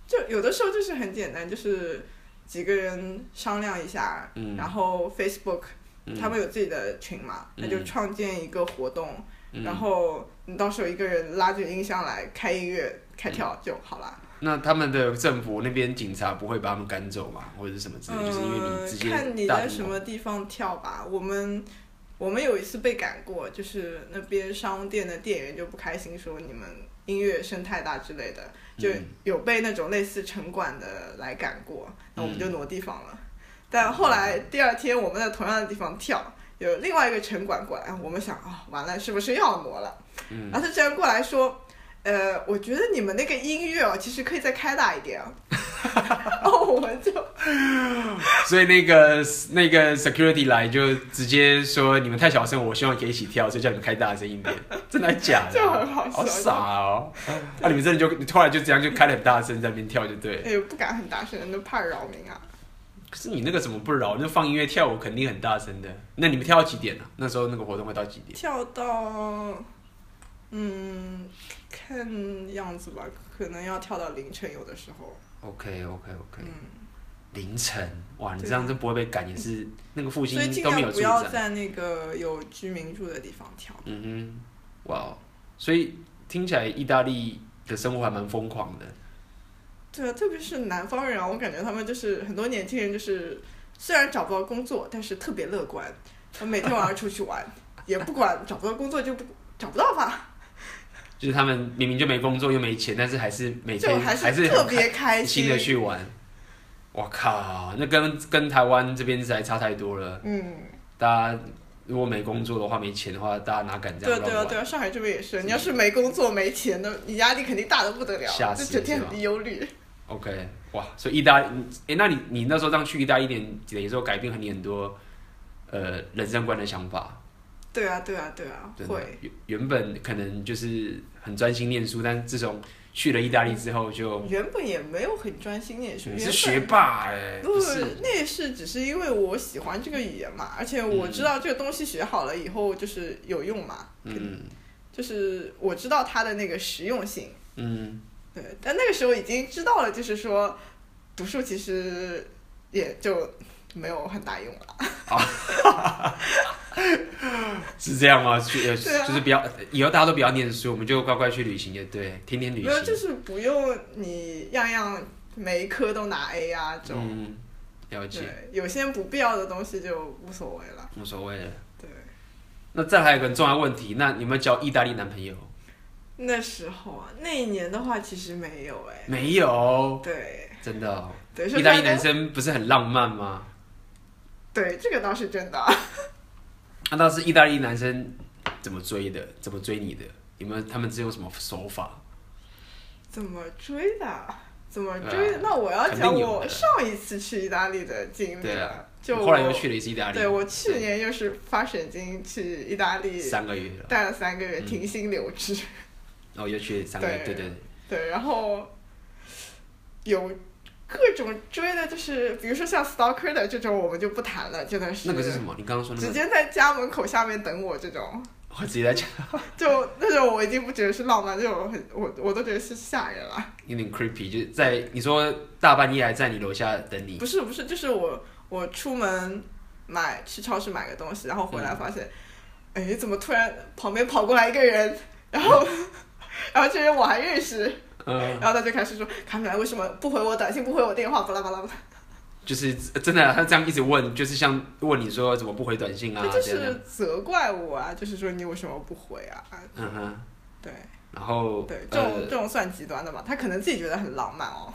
[SPEAKER 2] 就有的时候就是很简单，就是几个人商量一下，
[SPEAKER 1] 嗯
[SPEAKER 2] 然后 Facebook、
[SPEAKER 1] 嗯
[SPEAKER 2] 他们有自己的群嘛，
[SPEAKER 1] 嗯
[SPEAKER 2] 那就创建一个活动，
[SPEAKER 1] 嗯
[SPEAKER 2] 然后你到时候一个人拉着音箱来开音乐、开跳
[SPEAKER 1] 嗯
[SPEAKER 2] 就好啦。
[SPEAKER 1] 那他们的政府那边警察不会把他们赶走嘛，或者是什么之类，就是因为你直接
[SPEAKER 2] 呃看你
[SPEAKER 1] 大
[SPEAKER 2] 在什么地方跳吧，我们。我们有一次被赶过，就是那边商店的店员就不开心，说你们音乐声太大之类的，就
[SPEAKER 1] 嗯
[SPEAKER 2] 有被那种类似城管的来赶过，那我们
[SPEAKER 1] 嗯
[SPEAKER 2] 就挪地方了。但后来第二天，我们在同样的地方跳，有另外一个城管过来，我们想啊、完了，是不是又要挪了？
[SPEAKER 1] 嗯
[SPEAKER 2] 然后他居然过来说，呃，我觉得你们那个音乐哦，其实可以再开大一点啊。 然后我们就
[SPEAKER 1] 所以那个那个 security 来就直接说你们太小声，我希望可以一起跳，所以叫你们开大声一点， 真的假的？
[SPEAKER 2] 就很好笑
[SPEAKER 1] 好傻哦！ 啊，你们真的就后来就这样就开得很大声在那边跳就对了。
[SPEAKER 2] 也哎不敢很大声，都怕扰民啊。
[SPEAKER 1] 可是你那个怎么不饶？那放音乐跳舞肯定很大声的。那你们跳到几点啊？那时候那个活动会到几点？
[SPEAKER 2] 跳到，嗯，看样子吧，可能要跳到凌晨，有的时候，
[SPEAKER 1] OK OK OK，、
[SPEAKER 2] 嗯，
[SPEAKER 1] 凌晨哇，你
[SPEAKER 2] 对啊
[SPEAKER 1] 这样真不会被赶，也是那个复兴
[SPEAKER 2] 所以尽
[SPEAKER 1] 都没有啊
[SPEAKER 2] 量不
[SPEAKER 1] 住
[SPEAKER 2] 要
[SPEAKER 1] 宅。
[SPEAKER 2] 在那个有居民住的地方跳。
[SPEAKER 1] 嗯哼，哇哦，所以听起来意大利的生活还蛮疯狂的。
[SPEAKER 2] 对啊，特别是南方人啊，我感觉他们就是很多年轻人，就是虽然找不到工作，但是特别乐观，每天晚上出去玩，也不管找不到工作就不找不到吧，
[SPEAKER 1] 就是他们明明就没工作又没钱，但是还是每
[SPEAKER 2] 就
[SPEAKER 1] 天
[SPEAKER 2] 还
[SPEAKER 1] 还是
[SPEAKER 2] 特
[SPEAKER 1] 很
[SPEAKER 2] 别开
[SPEAKER 1] 开心的去玩。我靠，那跟跟台湾这边实在差太多了。
[SPEAKER 2] 嗯，
[SPEAKER 1] 大家如果没工作的话，没钱的话，大家哪敢这
[SPEAKER 2] 对啊
[SPEAKER 1] 样
[SPEAKER 2] 对
[SPEAKER 1] 乱
[SPEAKER 2] 啊
[SPEAKER 1] 玩？
[SPEAKER 2] 对啊，上海这边也是，你要是没工作没钱的，你压力肯定大的不得
[SPEAKER 1] 吓
[SPEAKER 2] 了，就
[SPEAKER 1] 死
[SPEAKER 2] 整天
[SPEAKER 1] 是吧
[SPEAKER 2] 很忧虑。
[SPEAKER 1] OK，哇，所以意大利，哎、那你你那时候这样去意大利一点，等于说改变了你很多呃人生观的想法，
[SPEAKER 2] 对啊对啊对啊，
[SPEAKER 1] 真的
[SPEAKER 2] 会。
[SPEAKER 1] 原原本可能就是很专心念书，但自从去了意大利之后就，
[SPEAKER 2] 原本也没有很专心念书，
[SPEAKER 1] 你
[SPEAKER 2] 原
[SPEAKER 1] 是嗯
[SPEAKER 2] 本
[SPEAKER 1] 学霸哎、
[SPEAKER 2] 不
[SPEAKER 1] 不
[SPEAKER 2] 是
[SPEAKER 1] 是，嗯
[SPEAKER 2] 那也是只是因为我喜欢这个语言嘛，而且我知道这个东西学好了以后就是有用嘛，
[SPEAKER 1] 嗯
[SPEAKER 2] 就是我知道它的那个实用性。
[SPEAKER 1] 嗯，
[SPEAKER 2] 对，但那个时候已经知道了，就是说读书其实也就没有很大用了。
[SPEAKER 1] 是这样吗？去、呃
[SPEAKER 2] 对啊
[SPEAKER 1] 就是不要以后大家都不要念书，我们就乖乖去旅行就对，天天旅
[SPEAKER 2] 没
[SPEAKER 1] 行
[SPEAKER 2] 有，，就是不用你样样每一科都拿 A 啊这种。
[SPEAKER 1] 嗯，了解，
[SPEAKER 2] 对，有些不必要的东西就无所谓了。
[SPEAKER 1] 无所谓了。
[SPEAKER 2] 对，
[SPEAKER 1] 那再还有一个很重要的问题，那你有没有交意大利男朋友？
[SPEAKER 2] 那时候啊，那一年的话其实没有哎、
[SPEAKER 1] 没有，
[SPEAKER 2] 对
[SPEAKER 1] 真的、哦。
[SPEAKER 2] 对，是
[SPEAKER 1] 意大利
[SPEAKER 2] 大家
[SPEAKER 1] 男生不是很浪漫吗？
[SPEAKER 2] 对，这个倒是真的。
[SPEAKER 1] 那当时意大利男生怎么追的？怎么追你的？有没有他们只有什么手法？
[SPEAKER 2] 怎么追的？啊怎么追
[SPEAKER 1] 对
[SPEAKER 2] 的？
[SPEAKER 1] 啊
[SPEAKER 2] 那我要
[SPEAKER 1] 肯
[SPEAKER 2] 讲
[SPEAKER 1] 定有
[SPEAKER 2] 我
[SPEAKER 1] 的
[SPEAKER 2] 上一次去意大利的经历
[SPEAKER 1] 对
[SPEAKER 2] 了。
[SPEAKER 1] 啊
[SPEAKER 2] 就
[SPEAKER 1] 后来
[SPEAKER 2] 我
[SPEAKER 1] 又去了一次意大利。
[SPEAKER 2] 对我去年又是发神经去意大利，
[SPEAKER 1] 三嗯个月了，
[SPEAKER 2] 待了三个月，停薪留职。
[SPEAKER 1] 然后又去三个月，对
[SPEAKER 2] 对
[SPEAKER 1] 对对，
[SPEAKER 2] 对，然后有各种追的，就是比如说像 stalker 的这种，我们就不谈了，真的是。
[SPEAKER 1] 那个是什么？你刚刚说那
[SPEAKER 2] 直
[SPEAKER 1] 个，
[SPEAKER 2] 接在家门口下面等我这种，
[SPEAKER 1] 我直接在讲，
[SPEAKER 2] 就那种我已经不觉得是浪漫，这种很我我都觉得是吓人了。
[SPEAKER 1] 有点 creepy，就是在你说大半夜还在你楼下等你
[SPEAKER 2] 不，是不是，就是我我出门买去超市买个东西，然后回
[SPEAKER 1] 嗯
[SPEAKER 2] 来发现，哎、怎么突然旁边跑过来一个人，然后 然后这人我还认识，
[SPEAKER 1] 嗯，
[SPEAKER 2] 然后他就开始说卡米拉为什么不回我短信，不回我电话，巴拉巴拉巴
[SPEAKER 1] 就是真的，他这样一直问，就是像问你说怎么不回短信啊
[SPEAKER 2] 拉，他就
[SPEAKER 1] 这样这
[SPEAKER 2] 是
[SPEAKER 1] 样，
[SPEAKER 2] 责怪我啊，就是说你为什么不回啊？
[SPEAKER 1] 嗯哼，
[SPEAKER 2] 对
[SPEAKER 1] 然后
[SPEAKER 2] 对，这种、这
[SPEAKER 1] 呃，
[SPEAKER 2] 种算极端的嘛，他可能自己觉得很浪漫哦，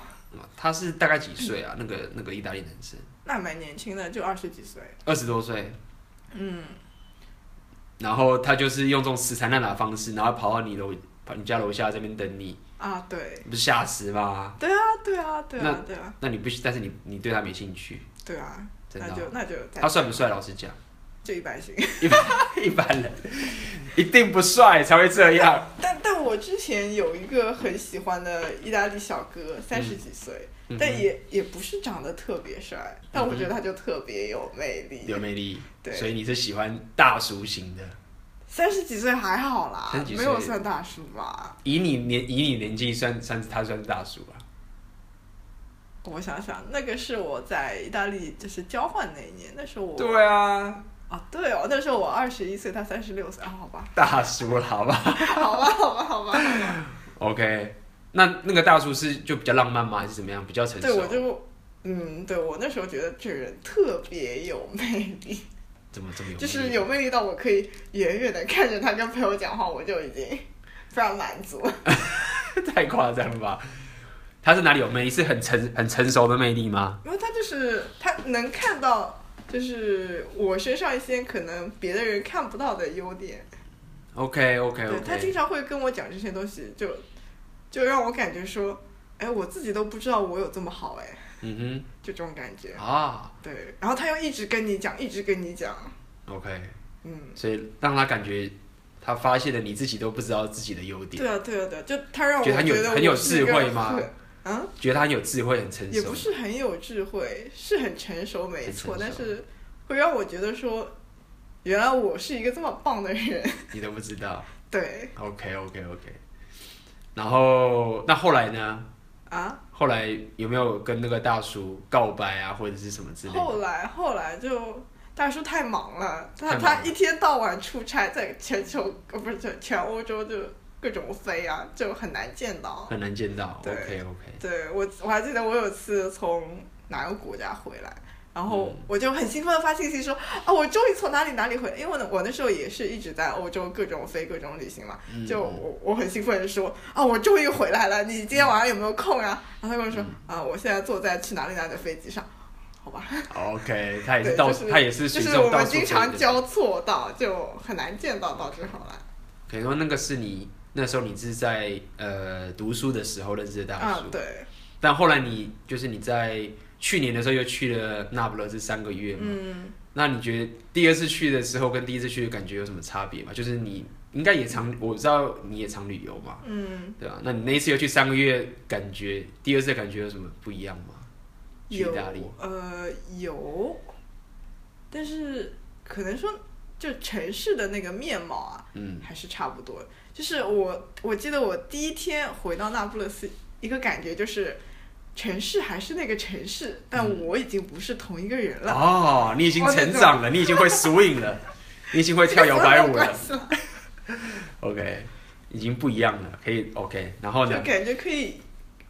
[SPEAKER 1] 他是大概几岁啊？那个那个意大利男生
[SPEAKER 2] 那蛮年轻的，就二十几岁，
[SPEAKER 1] 二十多岁，
[SPEAKER 2] 嗯，
[SPEAKER 1] 然后他就是用这种死缠烂打的方式，然后跑到你楼、跑你家楼下这边等你，
[SPEAKER 2] 啊对
[SPEAKER 1] 你不是吓死吗？
[SPEAKER 2] 对啊对啊对
[SPEAKER 1] 那
[SPEAKER 2] 啊对啊
[SPEAKER 1] 那你不，但是你你对他没兴趣，
[SPEAKER 2] 对啊，
[SPEAKER 1] 真
[SPEAKER 2] 那
[SPEAKER 1] 的
[SPEAKER 2] 就
[SPEAKER 1] 哦。
[SPEAKER 2] 那就再
[SPEAKER 1] 他帅不帅？老实讲，
[SPEAKER 2] 就一般性。
[SPEAKER 1] 一般一般人一定不帅才会这样。
[SPEAKER 2] 但但我之前有一个很喜欢的意大利小哥，三十几岁，
[SPEAKER 1] 嗯
[SPEAKER 2] 但
[SPEAKER 1] 哼嗯
[SPEAKER 2] 也也不是长得特别帅，但我觉得他就特别有魅力
[SPEAKER 1] 有。魅力，
[SPEAKER 2] 对
[SPEAKER 1] 所以你是喜欢大叔型的。
[SPEAKER 2] 三十几岁还好啦
[SPEAKER 1] 30，几
[SPEAKER 2] 没
[SPEAKER 1] 岁
[SPEAKER 2] 有算大叔吧？
[SPEAKER 1] 以你年以你年纪算算他算是大叔啊。
[SPEAKER 2] 我想想，那个是我在意大利就是交换那一年，那时候我
[SPEAKER 1] 对啊，
[SPEAKER 2] 啊对哦，那时候我二十一岁，他三十六岁，啊好吧，
[SPEAKER 1] 大叔了，好吧。
[SPEAKER 2] 好吧，好吧，好吧，好吧
[SPEAKER 1] OK，那那个大叔是就比较浪漫吗？还是怎么样？比较成熟？
[SPEAKER 2] 对我就。嗯，对我那时候觉得这人特别有魅力，
[SPEAKER 1] 怎么这么有魅力？
[SPEAKER 2] 就是有魅力到我可以远远的看着他跟朋友讲话，我就已经非常满足 了。
[SPEAKER 1] 太夸张了吧？他是哪里有魅力？是很成很成熟的魅力吗？
[SPEAKER 2] 然后他就是他能看到，就是我身上一些可能别的人看不到的优点。
[SPEAKER 1] OK OK
[SPEAKER 2] 对他经
[SPEAKER 1] OK，
[SPEAKER 2] 常会跟我讲这些东西，就就让我感觉说，哎，我自己都不知道我有这么好哎，
[SPEAKER 1] 嗯
[SPEAKER 2] 就这种感觉
[SPEAKER 1] 哼，。啊
[SPEAKER 2] 对，然后他又一直跟你讲，一直跟你讲，
[SPEAKER 1] ，OK，
[SPEAKER 2] 嗯，
[SPEAKER 1] 所以让他感觉他发现了你自己都不知道自己的优点，
[SPEAKER 2] 对啊，对啊，对啊，就他让我
[SPEAKER 1] 觉得很有
[SPEAKER 2] 觉得我
[SPEAKER 1] 很有
[SPEAKER 2] 是一
[SPEAKER 1] 智
[SPEAKER 2] 个
[SPEAKER 1] 慧吗
[SPEAKER 2] 很？啊，
[SPEAKER 1] 觉得他很有智慧，很成
[SPEAKER 2] 也
[SPEAKER 1] 熟
[SPEAKER 2] 不，是很有智慧，是很成熟没错，
[SPEAKER 1] 很成
[SPEAKER 2] 但
[SPEAKER 1] 熟
[SPEAKER 2] 是会让我觉得说，原来我是一个这么棒的人。
[SPEAKER 1] 你都不知道。
[SPEAKER 2] 对
[SPEAKER 1] OK OK OK，然后那后来呢？
[SPEAKER 2] 啊，
[SPEAKER 1] 后来有没有跟那个大叔告白啊，或者是什么之类的？
[SPEAKER 2] 后来后来就。大叔太忙了，他
[SPEAKER 1] 太忙
[SPEAKER 2] 他
[SPEAKER 1] 了
[SPEAKER 2] 一天到晚出差，在全球呃不是全全欧洲就各种飞啊，就很难见到。
[SPEAKER 1] 很难见到。
[SPEAKER 2] 对
[SPEAKER 1] OK OK，
[SPEAKER 2] 对我我还记得我有次从哪个国家回来，然后
[SPEAKER 1] 嗯
[SPEAKER 2] 我就很兴奋的发信息说啊，我终于从哪里哪里回来，因为呢我那时候也是一直在欧洲各种飞各种旅行嘛，
[SPEAKER 1] 嗯
[SPEAKER 2] 就我我很兴奋的说啊，我终于回来了，你今天晚上有没有空啊？然后他跟我说
[SPEAKER 1] 嗯
[SPEAKER 2] 啊，我现在坐在去哪里哪里的飞机上，好吧，
[SPEAKER 1] OK，他也
[SPEAKER 2] 对，
[SPEAKER 1] 是到
[SPEAKER 2] 就是
[SPEAKER 1] 他也是属
[SPEAKER 2] 就
[SPEAKER 1] 于
[SPEAKER 2] 是
[SPEAKER 1] 这种
[SPEAKER 2] 我
[SPEAKER 1] 到
[SPEAKER 2] 们
[SPEAKER 1] 处
[SPEAKER 2] 经
[SPEAKER 1] 飞
[SPEAKER 2] 常
[SPEAKER 1] 的人。
[SPEAKER 2] 交错到，就很难见到到这好来。
[SPEAKER 1] 可以说那个是你那时候你是在呃读书的时候认识的大
[SPEAKER 2] 啊
[SPEAKER 1] 叔，，
[SPEAKER 2] 对，
[SPEAKER 1] 但后来你就是你在去年的时候又去了那不勒斯三个月嘛，
[SPEAKER 2] 嗯，
[SPEAKER 1] 那你觉得第二次去的时候跟第一次去的感觉有什么差别吗？就是你应该也常，我知道你也常旅游嘛，
[SPEAKER 2] 嗯，
[SPEAKER 1] 对吧、啊那你那一次又去三个月，感觉第二次的感觉有什么不一样吗？去
[SPEAKER 2] 有
[SPEAKER 1] 意大利
[SPEAKER 2] 呃有，但是可能说就城市的那个面貌啊，
[SPEAKER 1] 嗯，
[SPEAKER 2] 还是差不多。就是我我记得我第一天回到那不勒斯，一个感觉就是城市还是那个城市，但
[SPEAKER 1] 嗯
[SPEAKER 2] 我已经不是同一个人了。
[SPEAKER 1] 哦，你已经成长了，你已经会 swing 了，你已经会跳摇摆 舞了
[SPEAKER 2] 了，
[SPEAKER 1] ，OK，已经不一样了，可以 OK。然后
[SPEAKER 2] 就
[SPEAKER 1] 呢，
[SPEAKER 2] 感觉可以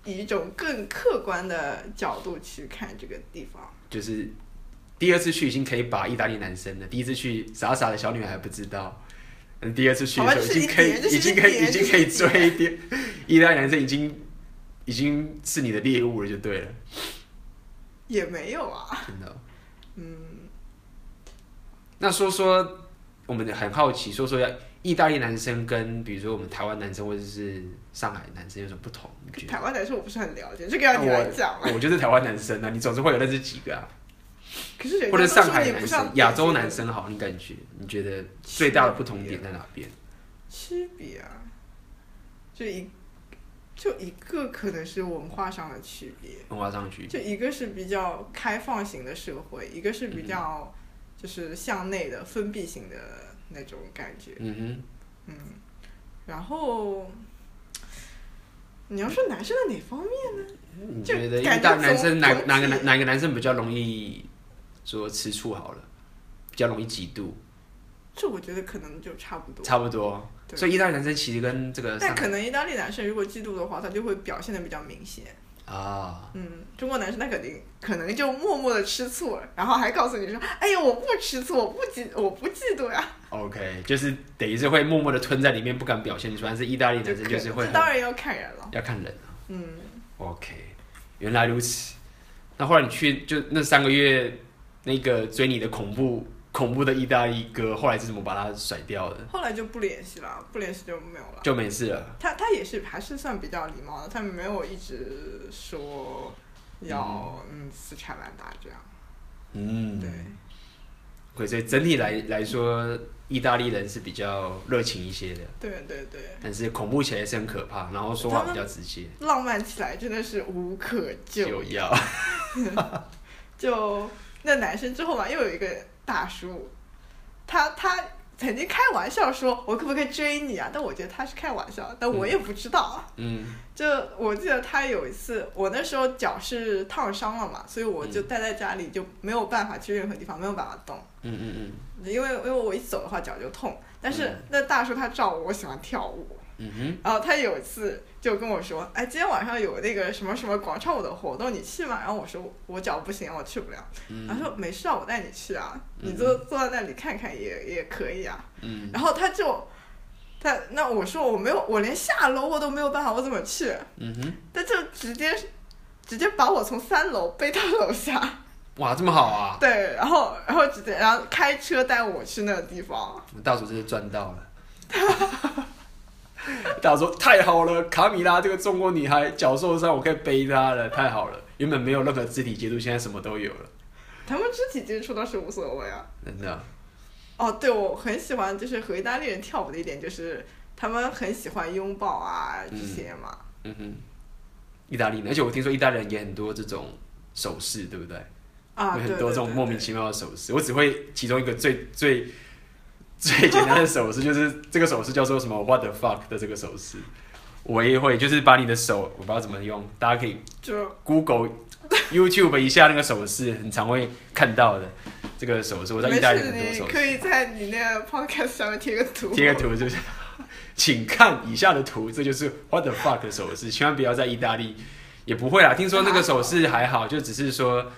[SPEAKER 2] 以一种更客观的角度去看这个地方。
[SPEAKER 1] 就是第二次去已经可以把意大利男生了，第一次去傻傻的小女孩不知道。嗯，第二次去的时候已经可以，
[SPEAKER 2] 好吧这是
[SPEAKER 1] 已
[SPEAKER 2] 一
[SPEAKER 1] 经
[SPEAKER 2] 点
[SPEAKER 1] 可以，已
[SPEAKER 2] 这是一
[SPEAKER 1] 经可以
[SPEAKER 2] 点
[SPEAKER 1] 追一点。意大利男生已经已经是你的猎物了，就对了，
[SPEAKER 2] 也没有啊，
[SPEAKER 1] 真的哦。
[SPEAKER 2] 嗯，
[SPEAKER 1] 那说说，我们很好奇，说说要意大利男生跟比如说我们台湾男生或者是上海男生有什么不同？你觉得？
[SPEAKER 2] 台湾男生我不是很了解，这个要你来讲啊。
[SPEAKER 1] 我就是台湾男生啊，你总是会有认识几个啊，
[SPEAKER 2] 可是人
[SPEAKER 1] 或
[SPEAKER 2] 家
[SPEAKER 1] 者
[SPEAKER 2] 都说
[SPEAKER 1] 上海
[SPEAKER 2] 你
[SPEAKER 1] 男
[SPEAKER 2] 不
[SPEAKER 1] 生
[SPEAKER 2] 像、
[SPEAKER 1] 亚洲男生好，你感觉你觉得最大的不同点在哪边？
[SPEAKER 2] 区别啊，就一就一个可能是文化上的区别，
[SPEAKER 1] 文化上去，
[SPEAKER 2] 就一个是比较开放型的社会，一个是比
[SPEAKER 1] 嗯
[SPEAKER 2] 较就是向内的封闭型的那种感觉。
[SPEAKER 1] 嗯
[SPEAKER 2] 然后你要说男生的哪方面，
[SPEAKER 1] 哼，你
[SPEAKER 2] 就
[SPEAKER 1] 觉得意
[SPEAKER 2] 感觉
[SPEAKER 1] 大利男生
[SPEAKER 2] 总
[SPEAKER 1] 哪
[SPEAKER 2] 总体
[SPEAKER 1] 哪个男哪个男生比较容易说吃醋好了，比较容易嫉妒，
[SPEAKER 2] 这我觉得可能就差不多。
[SPEAKER 1] 差不多。
[SPEAKER 2] 对
[SPEAKER 1] 所以意大利男生其实跟这个
[SPEAKER 2] 但
[SPEAKER 1] 呃上
[SPEAKER 2] 可能意大利男生如果嫉妒的话，他就会表现的比较明显。
[SPEAKER 1] 啊，
[SPEAKER 2] 嗯，中国男生他肯定可能就默默的吃醋，然后还告诉你说：“哎呀，我不吃醋，我不嫉，我不嫉妒呀。
[SPEAKER 1] OK，就是等于是会默默的吞在里面，不敢表现出来。但是意大利男生就是会
[SPEAKER 2] 这
[SPEAKER 1] 很
[SPEAKER 2] 当然要看人了。
[SPEAKER 1] 要看人。啊
[SPEAKER 2] 嗯，
[SPEAKER 1] OK，原来如此。那后来你去就那三个月，那个追你的恐怖恐怖的意大利哥，后来是怎么把他甩掉的？
[SPEAKER 2] 后来就不联系了，不联系就没有了。
[SPEAKER 1] 就没事了。
[SPEAKER 2] 他他也是还是算比较礼貌的，他没有一直说要嗯死缠烂打这样。
[SPEAKER 1] 嗯，
[SPEAKER 2] 对，
[SPEAKER 1] 对，所以整体来来说，意大利人是比较热情一些的，
[SPEAKER 2] 对对对，
[SPEAKER 1] 但是恐怖起来也是很可怕，然后说话比较直接，
[SPEAKER 2] 浪漫起来真的是无可
[SPEAKER 1] 就
[SPEAKER 2] 救药。
[SPEAKER 1] 要
[SPEAKER 2] 就那男生之后嘛，又有一个大叔，他他曾经开玩笑说，我可不可以追你啊？但我觉得他是开玩笑，但我也不知道。啊
[SPEAKER 1] 嗯
[SPEAKER 2] 就我记得他有一次，我那时候脚是烫伤了嘛，所以我就待在家里，就没有办法去任何地方，没有办法动。
[SPEAKER 1] 嗯嗯嗯
[SPEAKER 2] 因为因为我一走的话脚就痛，但是
[SPEAKER 1] 嗯
[SPEAKER 2] 那大叔他照我，我喜欢跳舞，
[SPEAKER 1] 嗯哼，
[SPEAKER 2] 然后他有一次就跟我说，哎，今天晚上有那个什么什么广场舞的活动，你去吗？然后我说我脚不行，我去不了。
[SPEAKER 1] 嗯
[SPEAKER 2] 然后说没事啊，我带你去啊，
[SPEAKER 1] 嗯
[SPEAKER 2] 你坐坐在那里看看也也可以啊。
[SPEAKER 1] 嗯
[SPEAKER 2] 然后他就他那我说我没有，我连下楼我都没有办法，我怎么去？
[SPEAKER 1] 嗯哼，
[SPEAKER 2] 他就直接直接把我从三楼背到楼下，
[SPEAKER 1] 哇，这么好啊！
[SPEAKER 2] 对，然后然后直接然后开车带我去那个地方。
[SPEAKER 1] 大叔真是赚到了。大家说太好了，卡米拉这个中国女孩脚受伤，我可以背她了，太好了。原本没有任何肢体接触，现在什么都有了，
[SPEAKER 2] 他们肢体接触倒是无所谓啊。
[SPEAKER 1] 真的。
[SPEAKER 2] 哦，对，我很喜欢，就是和意大利人跳舞的一点就是，他们很喜欢拥抱啊这些嘛。
[SPEAKER 1] 嗯哼，意大利人，而且我听说意大利人也很多这种手势，对不对？
[SPEAKER 2] 啊，
[SPEAKER 1] 有
[SPEAKER 2] 对
[SPEAKER 1] 很
[SPEAKER 2] 对
[SPEAKER 1] 多这
[SPEAKER 2] 对
[SPEAKER 1] 种
[SPEAKER 2] 对
[SPEAKER 1] 莫名其妙的手势，我只会其中一个最最最简单的手势， 就是这个手势叫做什么 “what the fuck” 的这个手势，我也会，就是把你的手，我不知道怎么用，大家可以
[SPEAKER 2] 就
[SPEAKER 1] Google、YouTube 一下那个手势，很常会看到的这个手势。我在
[SPEAKER 2] 没
[SPEAKER 1] 意大利
[SPEAKER 2] 事，
[SPEAKER 1] 很多
[SPEAKER 2] 你
[SPEAKER 1] 手
[SPEAKER 2] 可
[SPEAKER 1] 势，
[SPEAKER 2] 以在你那个 podcast 上面贴个图，
[SPEAKER 1] 贴个图就是，请看以下的图，这就是 What the fuck 的手势，千万不要在意大利，也不会啦。听说那个手势还好，就只是说。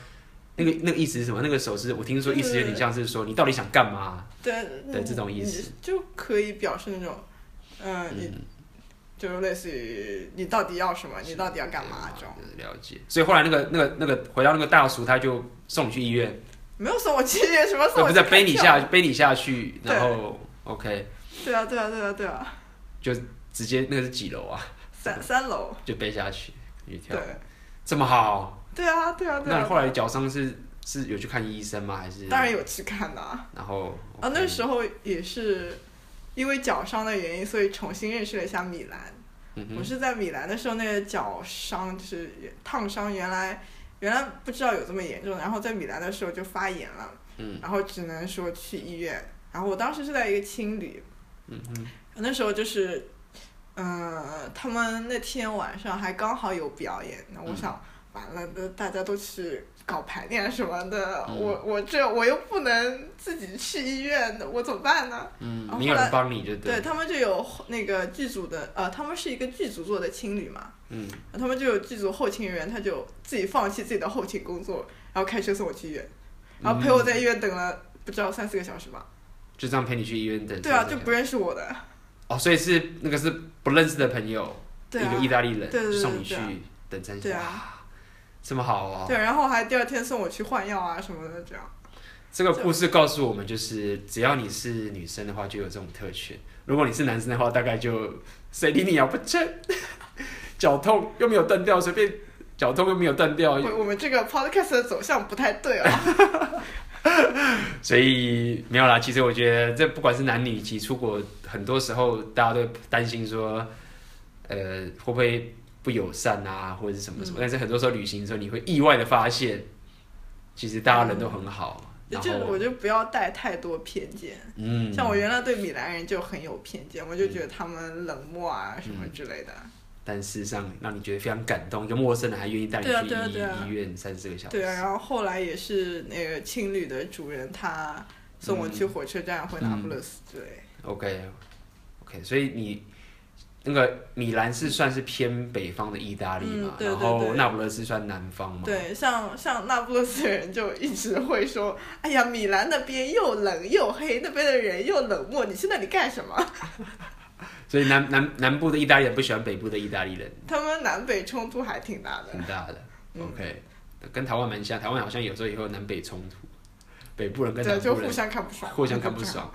[SPEAKER 1] 那个那个意思是什么？那个手势，我听说意思有点像是说你到底想干嘛、
[SPEAKER 2] 对
[SPEAKER 1] 对这种意思，
[SPEAKER 2] 你就可以表示那种，嗯，你就类似于你到底要什么，你到底要干嘛这种。
[SPEAKER 1] 了解。所以后来那个那个那个回到那个大叔，他就送你去医院，
[SPEAKER 2] 没有送我去什么送
[SPEAKER 1] 呃
[SPEAKER 2] 我
[SPEAKER 1] 不
[SPEAKER 2] 去
[SPEAKER 1] 是
[SPEAKER 2] 看
[SPEAKER 1] 背你
[SPEAKER 2] 跳
[SPEAKER 1] 下
[SPEAKER 2] 舞？
[SPEAKER 1] 背你下去，
[SPEAKER 2] 对
[SPEAKER 1] 然后 OK，
[SPEAKER 2] 对啊，对啊，对啊，对啊，
[SPEAKER 1] 直接那个是几楼啊？
[SPEAKER 2] 三三楼。
[SPEAKER 1] 就背下去一跳
[SPEAKER 2] 对，，
[SPEAKER 1] 这么好。
[SPEAKER 2] 对啊，对啊，对
[SPEAKER 1] 那你
[SPEAKER 2] 啊。
[SPEAKER 1] 后来脚伤是是有去看医生吗？还是
[SPEAKER 2] 当然有去看的啊。
[SPEAKER 1] 然后嗯
[SPEAKER 2] 啊，那时候也是因为脚伤的原因，所以重新认识了一下米兰。
[SPEAKER 1] 嗯
[SPEAKER 2] 我
[SPEAKER 1] 哼
[SPEAKER 2] 是在米兰的时候，那个脚伤就是烫伤，原来原来不知道有这么严重，然后在米兰的时候就发炎了，
[SPEAKER 1] 嗯，
[SPEAKER 2] 然后只能说去医院，然后我当时是在一个青旅，
[SPEAKER 1] 嗯哼
[SPEAKER 2] 那时候就是，呃，他们那天晚上还刚好有表演，那我
[SPEAKER 1] 嗯
[SPEAKER 2] 想、完了，那大家都去搞排练什么的，
[SPEAKER 1] 嗯
[SPEAKER 2] 我我这我又不能自己去医院，我怎么办呢？然
[SPEAKER 1] 嗯，
[SPEAKER 2] 后
[SPEAKER 1] 没有
[SPEAKER 2] 哦后
[SPEAKER 1] 人
[SPEAKER 2] 来
[SPEAKER 1] 帮你就
[SPEAKER 2] 对
[SPEAKER 1] 对，
[SPEAKER 2] 他们就有那个剧组的，呃，他们是一个剧组做的青旅嘛，
[SPEAKER 1] 嗯，
[SPEAKER 2] 然后他们就有剧组后勤人员，他就自己放弃自己的后勤工作，然后开车送我去医院，然后陪我
[SPEAKER 1] 嗯
[SPEAKER 2] 在医院等了不知道三四个小时吧。
[SPEAKER 1] 就这样陪你去医院等。
[SPEAKER 2] 对啊，
[SPEAKER 1] 这
[SPEAKER 2] 就
[SPEAKER 1] 样
[SPEAKER 2] 不认识我的，
[SPEAKER 1] 哦，所以是那个是不认识的朋友，
[SPEAKER 2] 对
[SPEAKER 1] 一
[SPEAKER 2] 啊
[SPEAKER 1] 个，意大利人，
[SPEAKER 2] 对对对
[SPEAKER 1] 就送你去
[SPEAKER 2] 对啊
[SPEAKER 1] 等三
[SPEAKER 2] 对
[SPEAKER 1] 下，
[SPEAKER 2] 啊
[SPEAKER 1] 哇这么好哦。
[SPEAKER 2] 对，然后还第二天送我去换药啊什么的，这样。
[SPEAKER 1] 这个故事告诉我们，就是只要你是女生的话，就有这种特权；如果你是男生的话，大概就谁理你啊？不正， 脚痛又没有断掉，随便脚痛哦又没有哦断掉，
[SPEAKER 2] 我我们这个 podcast 的走向不太对啊。
[SPEAKER 1] 所以没有啦。其实我觉得，这不管是男女，其实出国很多时候大家都会担心说，呃，会不会不友善啊，或者是什么
[SPEAKER 2] 嗯
[SPEAKER 1] 什么。但是很多时候旅行的时候，你会意外的发现，其实大家人都很好。然
[SPEAKER 2] 就是
[SPEAKER 1] 后，
[SPEAKER 2] 我就不要带太多偏见，
[SPEAKER 1] 嗯，
[SPEAKER 2] 像我原来对米兰人就很有偏见，我就觉得他们冷漠啊什
[SPEAKER 1] 嗯
[SPEAKER 2] 么之类的。
[SPEAKER 1] 但事实上让你觉得非常感动，一个陌生人还愿意带你去
[SPEAKER 2] 对啊
[SPEAKER 1] 医、
[SPEAKER 2] 对啊对啊
[SPEAKER 1] 医院三四个小时，
[SPEAKER 2] 对啊，然后后来也是那个青旅的主人他送我
[SPEAKER 1] 嗯
[SPEAKER 2] 去火车站回那不勒斯之类。
[SPEAKER 1] OK OK，所以你那个米兰是算是偏北方的意大利嘛，
[SPEAKER 2] 嗯对
[SPEAKER 1] 然后
[SPEAKER 2] 对对
[SPEAKER 1] 那不勒斯算南方嘛，
[SPEAKER 2] 对，像像那不勒斯人就一直会说，哎呀，米兰那边又冷又黑，那边的人又冷漠，你去那里干什么？
[SPEAKER 1] 所以南南南部的意大利人不喜欢北部的意大利人，
[SPEAKER 2] 他们南北冲突还挺大的。
[SPEAKER 1] 很大的、
[SPEAKER 2] 嗯
[SPEAKER 1] OK，跟台湾蛮像，台湾好像有时候也会有南北冲突，北部人跟
[SPEAKER 2] 对，
[SPEAKER 1] 南
[SPEAKER 2] 就
[SPEAKER 1] 部
[SPEAKER 2] 互
[SPEAKER 1] 人
[SPEAKER 2] 相看不爽，
[SPEAKER 1] 互相看不。爽。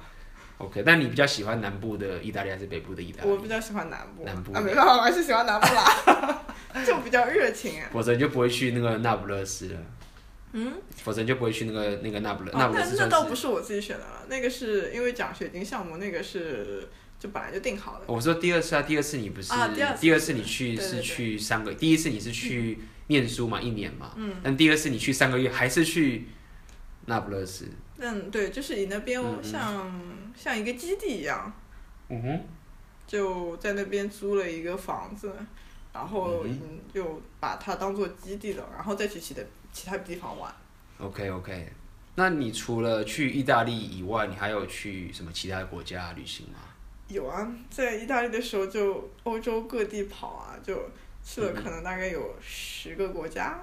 [SPEAKER 1] OK，但你比较喜欢南部的意大利还是北部的意大利？
[SPEAKER 2] 我比较喜欢南部，
[SPEAKER 1] 南部
[SPEAKER 2] 啊，没办法，我还是喜欢南部啦， 就比较热情啊。
[SPEAKER 1] 否则你就不会去那个那不勒斯了。
[SPEAKER 2] 嗯，
[SPEAKER 1] 否则你就不会去那个那个那不勒、那
[SPEAKER 2] 啊
[SPEAKER 1] 不勒
[SPEAKER 2] 但
[SPEAKER 1] 斯
[SPEAKER 2] 那
[SPEAKER 1] 算
[SPEAKER 2] 倒不
[SPEAKER 1] 是。
[SPEAKER 2] 是我自己选的了，那个是因为奖学金项目，那个是就本来就定好的。
[SPEAKER 1] 我说第二次啊，第二次你不是、
[SPEAKER 2] 啊第二次
[SPEAKER 1] 你去
[SPEAKER 2] 对对
[SPEAKER 1] 是
[SPEAKER 2] 对
[SPEAKER 1] 去三个，第一次你是去念书嘛，一年嘛，嗯，但第二次你去三个月还是去那不勒斯，
[SPEAKER 2] 嗯，对，就是以那边
[SPEAKER 1] 嗯嗯
[SPEAKER 2] 像像一个基地一样，
[SPEAKER 1] 嗯哼，
[SPEAKER 2] 就在那边租了一个房子，然后
[SPEAKER 1] 嗯
[SPEAKER 2] 嗯就把它当做基地了，然后再去其他其他地方玩。
[SPEAKER 1] OK OK，那你除了去意大利以外，你还有去什么其他国家旅行吗？
[SPEAKER 2] 有啊，在意大利的时候就欧洲各地跑啊，就去了
[SPEAKER 1] 嗯
[SPEAKER 2] 可能大概有十个国家。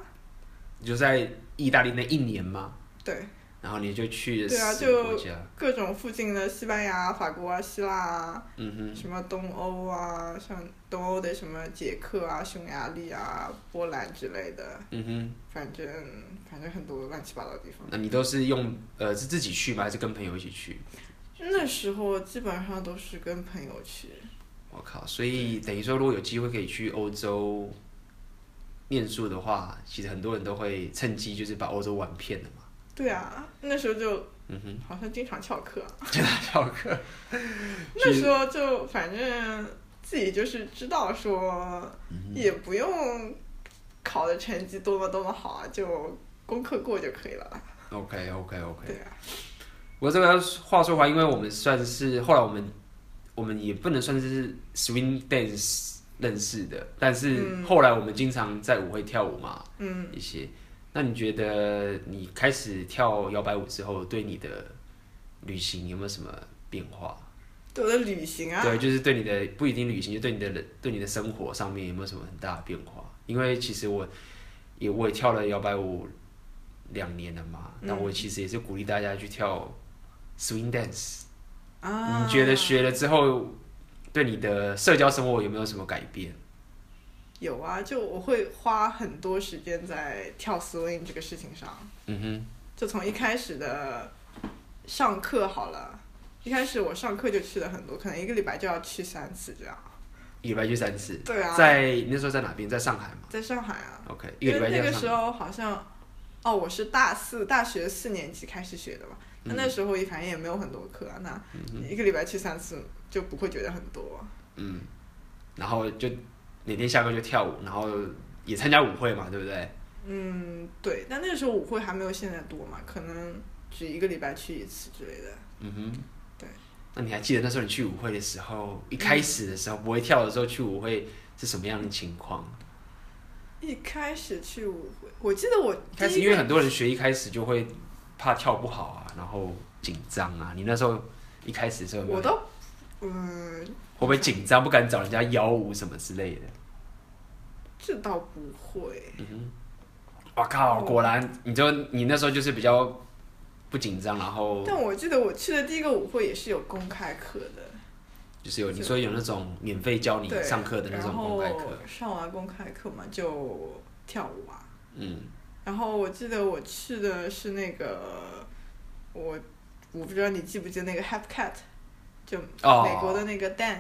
[SPEAKER 1] 你就在意大利那一年嘛，
[SPEAKER 2] 对，
[SPEAKER 1] 然后你就去了
[SPEAKER 2] 对啊
[SPEAKER 1] 四个
[SPEAKER 2] 就
[SPEAKER 1] 国家，
[SPEAKER 2] 各种附近的西班牙、法国啊、希腊啊，
[SPEAKER 1] 嗯哼，
[SPEAKER 2] 什么东欧啊，像东欧的什么捷克啊、匈牙利啊、波兰之类的，
[SPEAKER 1] 嗯哼，
[SPEAKER 2] 反正反正很多乱七八糟的地方。
[SPEAKER 1] 那你都是用呃是自己去吗？还是跟朋友一起去？
[SPEAKER 2] 那时候基本上都是跟朋友去，
[SPEAKER 1] 哇我靠！所以等于说，如果有机会可以去欧洲念书的话，其实很多人都会趁机就是把欧洲玩遍了嘛。
[SPEAKER 2] 对啊，那时候就
[SPEAKER 1] 嗯哼，
[SPEAKER 2] 好像经常翘课，啊
[SPEAKER 1] 真的翘课。
[SPEAKER 2] 那时候就反正自己就是知道说，
[SPEAKER 1] 嗯
[SPEAKER 2] 也不用考的成绩多么多么好，啊，就功课过就可以了。
[SPEAKER 1] OK OK OK。
[SPEAKER 2] 对啊，
[SPEAKER 1] 我这个话说回来，因为我们算是后来我们我们也不能算是 swing dance 认识的，但是后来我们经常在舞会跳舞嘛，
[SPEAKER 2] 嗯，
[SPEAKER 1] 一些。那你觉得你开始跳摇摆舞之后，对你的旅行有没有什么变化？
[SPEAKER 2] 对我的旅行啊，
[SPEAKER 1] 对，就是对你的不一定旅行，就对你的人对你的生活上面有没有什么很大的变化？因为其实我也我也跳了摇摆舞两年了嘛，
[SPEAKER 2] 嗯
[SPEAKER 1] 那、我其实也是鼓励大家去跳 swing dance。
[SPEAKER 2] 啊，
[SPEAKER 1] 你觉得学了之后，对你的社交生活有没有什么改变？
[SPEAKER 2] 有啊？就我会花很多时间在跳 swing 这个事情上，
[SPEAKER 1] 嗯哼，
[SPEAKER 2] 就从一开始的上课好了，一开始我上课就去了很多，可能一个礼拜就要去三次这样。
[SPEAKER 1] 一个礼拜去三次。
[SPEAKER 2] 对啊，
[SPEAKER 1] 在你那时候在哪边？在上海嘛。
[SPEAKER 2] 在上海啊，
[SPEAKER 1] OK，一
[SPEAKER 2] 因
[SPEAKER 1] 个
[SPEAKER 2] 为
[SPEAKER 1] 礼拜
[SPEAKER 2] 那
[SPEAKER 1] 在
[SPEAKER 2] 个
[SPEAKER 1] 上
[SPEAKER 2] 时
[SPEAKER 1] 海。
[SPEAKER 2] 候好像，哦，我是大四大学四年级开始学的嘛，那
[SPEAKER 1] 嗯
[SPEAKER 2] 那时候也反正也没有很多课啊，那一个礼拜去三次就不会觉得很多。啊
[SPEAKER 1] 嗯，然后就每天下课就跳舞，然后也参加舞会嘛，对不对？
[SPEAKER 2] 嗯，对，但那个时候舞会还没有现在多嘛，可能只一个礼拜去一次之类的。
[SPEAKER 1] 嗯哼，
[SPEAKER 2] 对。
[SPEAKER 1] 那你还记得那时候你去舞会的时候，一开始的时候不会跳的时候去舞会是什么样的情况？
[SPEAKER 2] 一开始去舞会，我记得我
[SPEAKER 1] 一
[SPEAKER 2] 第
[SPEAKER 1] 开
[SPEAKER 2] 一
[SPEAKER 1] 始因
[SPEAKER 2] 个
[SPEAKER 1] 为很多人学一开始就会怕跳不好啊，然后紧张啊。你那时候一开始的时候有没有
[SPEAKER 2] 我都嗯，
[SPEAKER 1] 会不会紧张，不敢找人家邀舞什么之类的？
[SPEAKER 2] 这倒不会。
[SPEAKER 1] 我靠，
[SPEAKER 2] 哦
[SPEAKER 1] 果然你就你那时候就是比较不紧张，然后
[SPEAKER 2] 但我记得我去的第一个舞会也是有公开课的，
[SPEAKER 1] 就是有你说有那种免费教你
[SPEAKER 2] 对，
[SPEAKER 1] 上课的那种公开课，
[SPEAKER 2] 然后上完公开课嘛，就跳舞啊。
[SPEAKER 1] 嗯，
[SPEAKER 2] 然后我记得我去的是那个，我我不知道你记不记得那个 Half Cat，就
[SPEAKER 1] 哦嗯
[SPEAKER 2] 美国的那个 Dan，、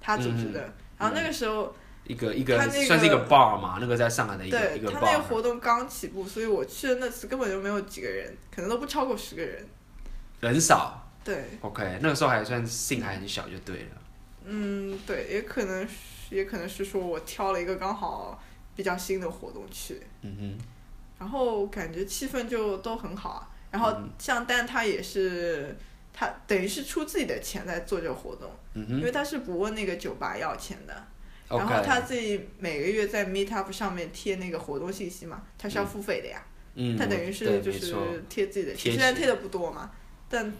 [SPEAKER 2] 他组织的。然后那个时候，
[SPEAKER 1] 一个一个
[SPEAKER 2] 他那个
[SPEAKER 1] 算是一个 bar 嘛，那个在上海嗯的一个
[SPEAKER 2] 对
[SPEAKER 1] 一个啊
[SPEAKER 2] 他那
[SPEAKER 1] bar，
[SPEAKER 2] 个活动刚起步，所以我去的那次根本就没有几个人，可能都不超过十个人。
[SPEAKER 1] 人少
[SPEAKER 2] 对，
[SPEAKER 1] ，OK，那个时候还算性还很小就对了，
[SPEAKER 2] 嗯，对，也可能是也可能是说我挑了一个刚好比较新的活动去，
[SPEAKER 1] 嗯
[SPEAKER 2] 然后感觉气氛就都很好啊。然后
[SPEAKER 1] 嗯
[SPEAKER 2] 像丹他也是，他等于是出自己的钱在做这个活动，
[SPEAKER 1] 哼，嗯
[SPEAKER 2] 因
[SPEAKER 1] 哼
[SPEAKER 2] 为他是不问那个酒吧要钱的。然后他
[SPEAKER 1] ，OK，
[SPEAKER 2] 自己每个月在 Meetup 上面贴那个活动信息嘛，他是要付费的呀。
[SPEAKER 1] 嗯，
[SPEAKER 2] 他等于是就
[SPEAKER 1] 对没
[SPEAKER 2] 是
[SPEAKER 1] 错
[SPEAKER 2] 贴自己的
[SPEAKER 1] 贴
[SPEAKER 2] 钱，虽然贴的不多嘛，但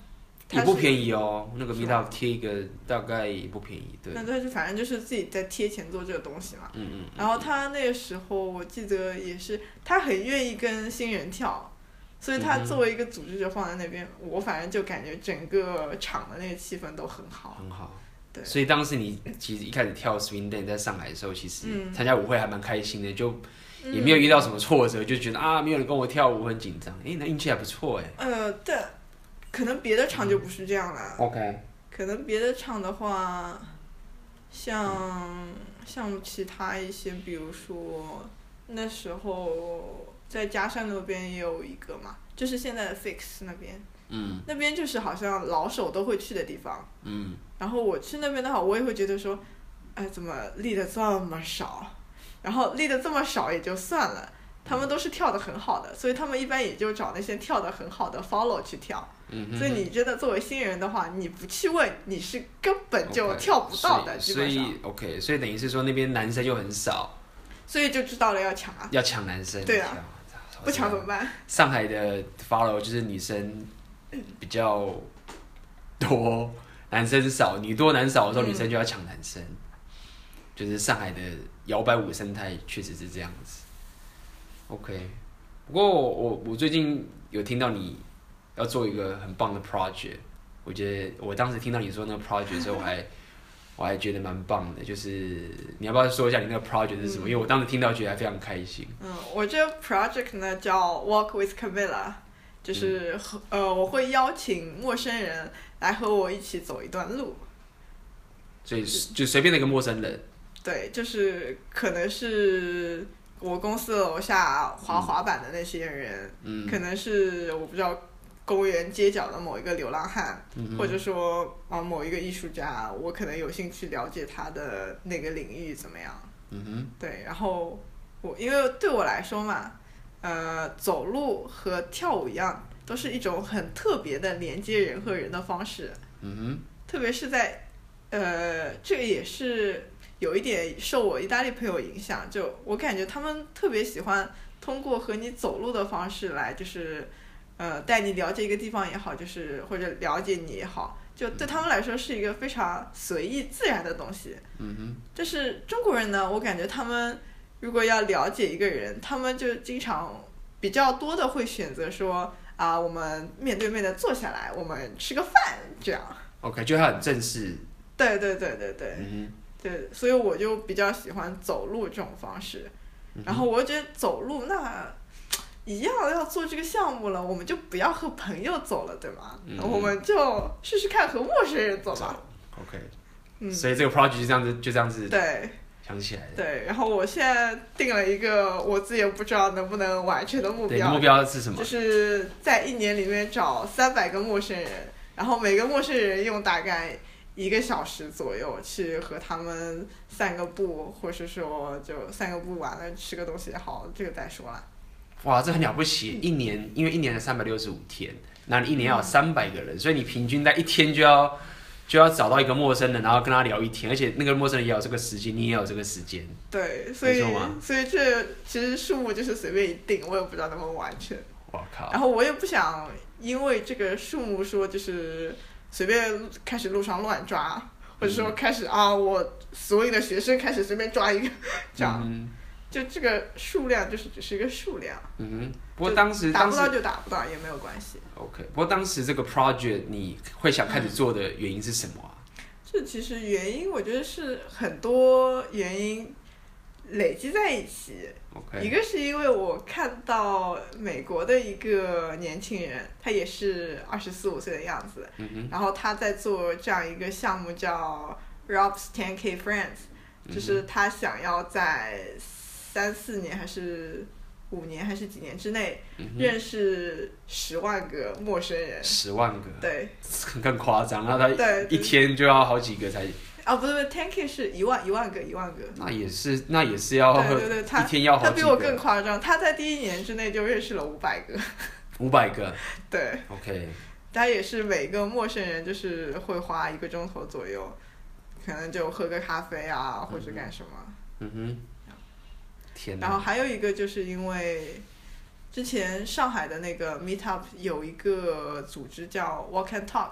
[SPEAKER 2] 他
[SPEAKER 1] 也
[SPEAKER 2] 是
[SPEAKER 1] 不便宜哦，那个
[SPEAKER 2] 是
[SPEAKER 1] meet
[SPEAKER 2] 吗
[SPEAKER 1] up 贴一个大概也不便宜，对，
[SPEAKER 2] 那他就反正就是自己在贴钱做这个东西嘛。
[SPEAKER 1] 嗯嗯，
[SPEAKER 2] 然后他那个时候我记得也是，他很愿意跟新人跳，所以他
[SPEAKER 1] 嗯哼
[SPEAKER 2] 作为一个组织者放在那边，我反正就感觉整个场的那个气氛都很好。
[SPEAKER 1] 很好。
[SPEAKER 2] 哦对
[SPEAKER 1] 所以当时你其实一开始跳 swing dance 在上海的时候，其实
[SPEAKER 2] 嗯
[SPEAKER 1] 参加舞会还蛮开心的，就也没有遇到什么挫折，就觉得啊没有人跟我跳舞很紧张，哎、那运气还不错哎、
[SPEAKER 2] 呃，但可能别的场就不是这样了，
[SPEAKER 1] OK，
[SPEAKER 2] 可能别的场的话，像像其他一些，比如说那时候在嘉善那边也有一个嘛，就是现在的 Fix 那边，
[SPEAKER 1] 嗯
[SPEAKER 2] 那边就是好像老手都会去的地方。
[SPEAKER 1] 嗯，
[SPEAKER 2] 然后我去那边的话，我也会觉得说，哎，怎么立的这么少？然后立的这么少也就算了，他们都是跳的很好的，所以他们一般也就找那些跳的很好的 follow 去跳。
[SPEAKER 1] 嗯哼
[SPEAKER 2] 所以你真的作为新人的话，你不去问，你是根本就
[SPEAKER 1] OK，
[SPEAKER 2] 跳不到的，基
[SPEAKER 1] 所
[SPEAKER 2] 本
[SPEAKER 1] 以所
[SPEAKER 2] 上。
[SPEAKER 1] 以 OK，所以等于是说那边男生又很少，
[SPEAKER 2] 所以就知道了要抢啊，
[SPEAKER 1] 要抢男生，
[SPEAKER 2] 对啊
[SPEAKER 1] 跳，
[SPEAKER 2] 不抢怎么办？
[SPEAKER 1] 上海的 follow 就是女生比较多，男生少，女多男少的时候，
[SPEAKER 2] 嗯
[SPEAKER 1] 女生就要抢男生，就是上海的摇摆舞生态确实是这样子。OK，不过我我最近有听到你要做一个很棒的 project，我觉得我当时听到你说那个 project 的时候，我还我还觉得蛮棒的，就是你要不要说一下你那个 project 是什么？因为我当时听到觉得还非常开心。
[SPEAKER 2] 嗯，我这个 project 呢叫 Walk with Camilla，就是
[SPEAKER 1] 嗯
[SPEAKER 2] 和、呃，我会邀请陌生人来和我一起走一段路。
[SPEAKER 1] 所以就随便的一个陌生人，
[SPEAKER 2] 对，就是可能是我公司楼下滑滑板的那些人，
[SPEAKER 1] 嗯，
[SPEAKER 2] 可能是我不知道公园街角的某一个流浪汉，
[SPEAKER 1] 嗯
[SPEAKER 2] 或者说啊某一个艺术家，我可能有兴趣了解他的那个领域怎么样。
[SPEAKER 1] 嗯哼，
[SPEAKER 2] 对，然后我因为对我来说嘛，呃，走路和跳舞一样，都是一种很特别的连接人和人的方式，
[SPEAKER 1] 嗯哼，
[SPEAKER 2] 特别是在呃，这个也是有一点受我意大利朋友影响，就我感觉他们特别喜欢通过和你走路的方式来，就是呃，带你了解一个地方也好，就是或者了解你也好，就对他们来说是一个非常随意自然的东西。
[SPEAKER 1] 嗯哼，
[SPEAKER 2] 但是中国人呢，我感觉他们如果要了解一个人，他们就经常比较多的会选择说啊，我们面对面的坐下来，我们吃个饭这样。
[SPEAKER 1] 我感觉他很正式，
[SPEAKER 2] 对对对对对
[SPEAKER 1] 嗯
[SPEAKER 2] 对，所以我就比较喜欢走路这种方式。
[SPEAKER 1] 嗯
[SPEAKER 2] 然后我觉得走路那一样要做这个项目了，我们就不要和朋友走了，对吗？
[SPEAKER 1] 嗯
[SPEAKER 2] 我们就试试看和陌生人走吧。
[SPEAKER 1] 哼，OK，、
[SPEAKER 2] 嗯，
[SPEAKER 1] 所以这个 project 就这样子就这样子
[SPEAKER 2] 对。
[SPEAKER 1] 想起来的。
[SPEAKER 2] 对，然后我现在定了一个我自己也不知道能不能完成的目
[SPEAKER 1] 对，你的
[SPEAKER 2] 标，
[SPEAKER 1] 目标是什么
[SPEAKER 2] 就？是在一年里面找三百个陌生人，然后每个陌生人用大概一个小时左右去和他们散个步，或是说就散个步完了吃个东西也好，这个再说了。
[SPEAKER 1] 哇，这很了不起！一年，因为一年的三百六十五天，那你一
[SPEAKER 2] 嗯
[SPEAKER 1] 年要有三百个人，所以你平均在一天就要就要找到一个陌生人，然后跟他聊一天，而且那个陌生人也有这个时间，你也有这个时间。
[SPEAKER 2] 对，所以
[SPEAKER 1] 没错嘛
[SPEAKER 2] 所以这其实数目就是随便一定，我也不知道能不能完成。
[SPEAKER 1] 我靠！
[SPEAKER 2] 然后我也不想因为这个数目说就是随便开始路上乱抓，或者说
[SPEAKER 1] 嗯
[SPEAKER 2] 开始啊，我所有的学生开始随便抓一个，这样、
[SPEAKER 1] 嗯
[SPEAKER 2] 就这个数量就是只是一个数量，
[SPEAKER 1] 嗯哼，不过当时
[SPEAKER 2] 打
[SPEAKER 1] 当
[SPEAKER 2] 不
[SPEAKER 1] 时
[SPEAKER 2] 到就打不到也没有关系。
[SPEAKER 1] OK，不过当时这个 project 你会想开始做的原因是什么啊？
[SPEAKER 2] 这其实原因我觉得是很多原因累积在一起，一
[SPEAKER 1] OK，
[SPEAKER 2] 个是因为我看到美国的一个年轻人，他也是二十四五岁的样子，
[SPEAKER 1] 嗯哼，
[SPEAKER 2] 然后他在做这样一个项目叫 Rob's 10
[SPEAKER 1] 嗯
[SPEAKER 2] K Friends，就是他想要在三四年还是五年还是几年之内
[SPEAKER 1] 嗯
[SPEAKER 2] 认识十万个陌生人。
[SPEAKER 1] 十万个，
[SPEAKER 2] 对，
[SPEAKER 1] 更夸张，那嗯他
[SPEAKER 2] 对
[SPEAKER 1] 一天就要好几个才，
[SPEAKER 2] 啊，不对不对，10 K 是一万一万个一万个。
[SPEAKER 1] 那也是那也是要
[SPEAKER 2] 对对对，他
[SPEAKER 1] 一天要好
[SPEAKER 2] 他
[SPEAKER 1] 几
[SPEAKER 2] 比我更
[SPEAKER 1] 个，
[SPEAKER 2] 夸张，他在第一年之内就认识了五百个。
[SPEAKER 1] 五百个
[SPEAKER 2] 对，
[SPEAKER 1] OK，
[SPEAKER 2] 他也是每个陌生人就是会花一个钟头左右，可能就喝个咖啡啊，或者干什么。
[SPEAKER 1] 嗯哼，天
[SPEAKER 2] 然后
[SPEAKER 1] 哪，
[SPEAKER 2] 还有一个就是因为之前上海的那个 Meetup 有一个组织叫 Walk and Talk，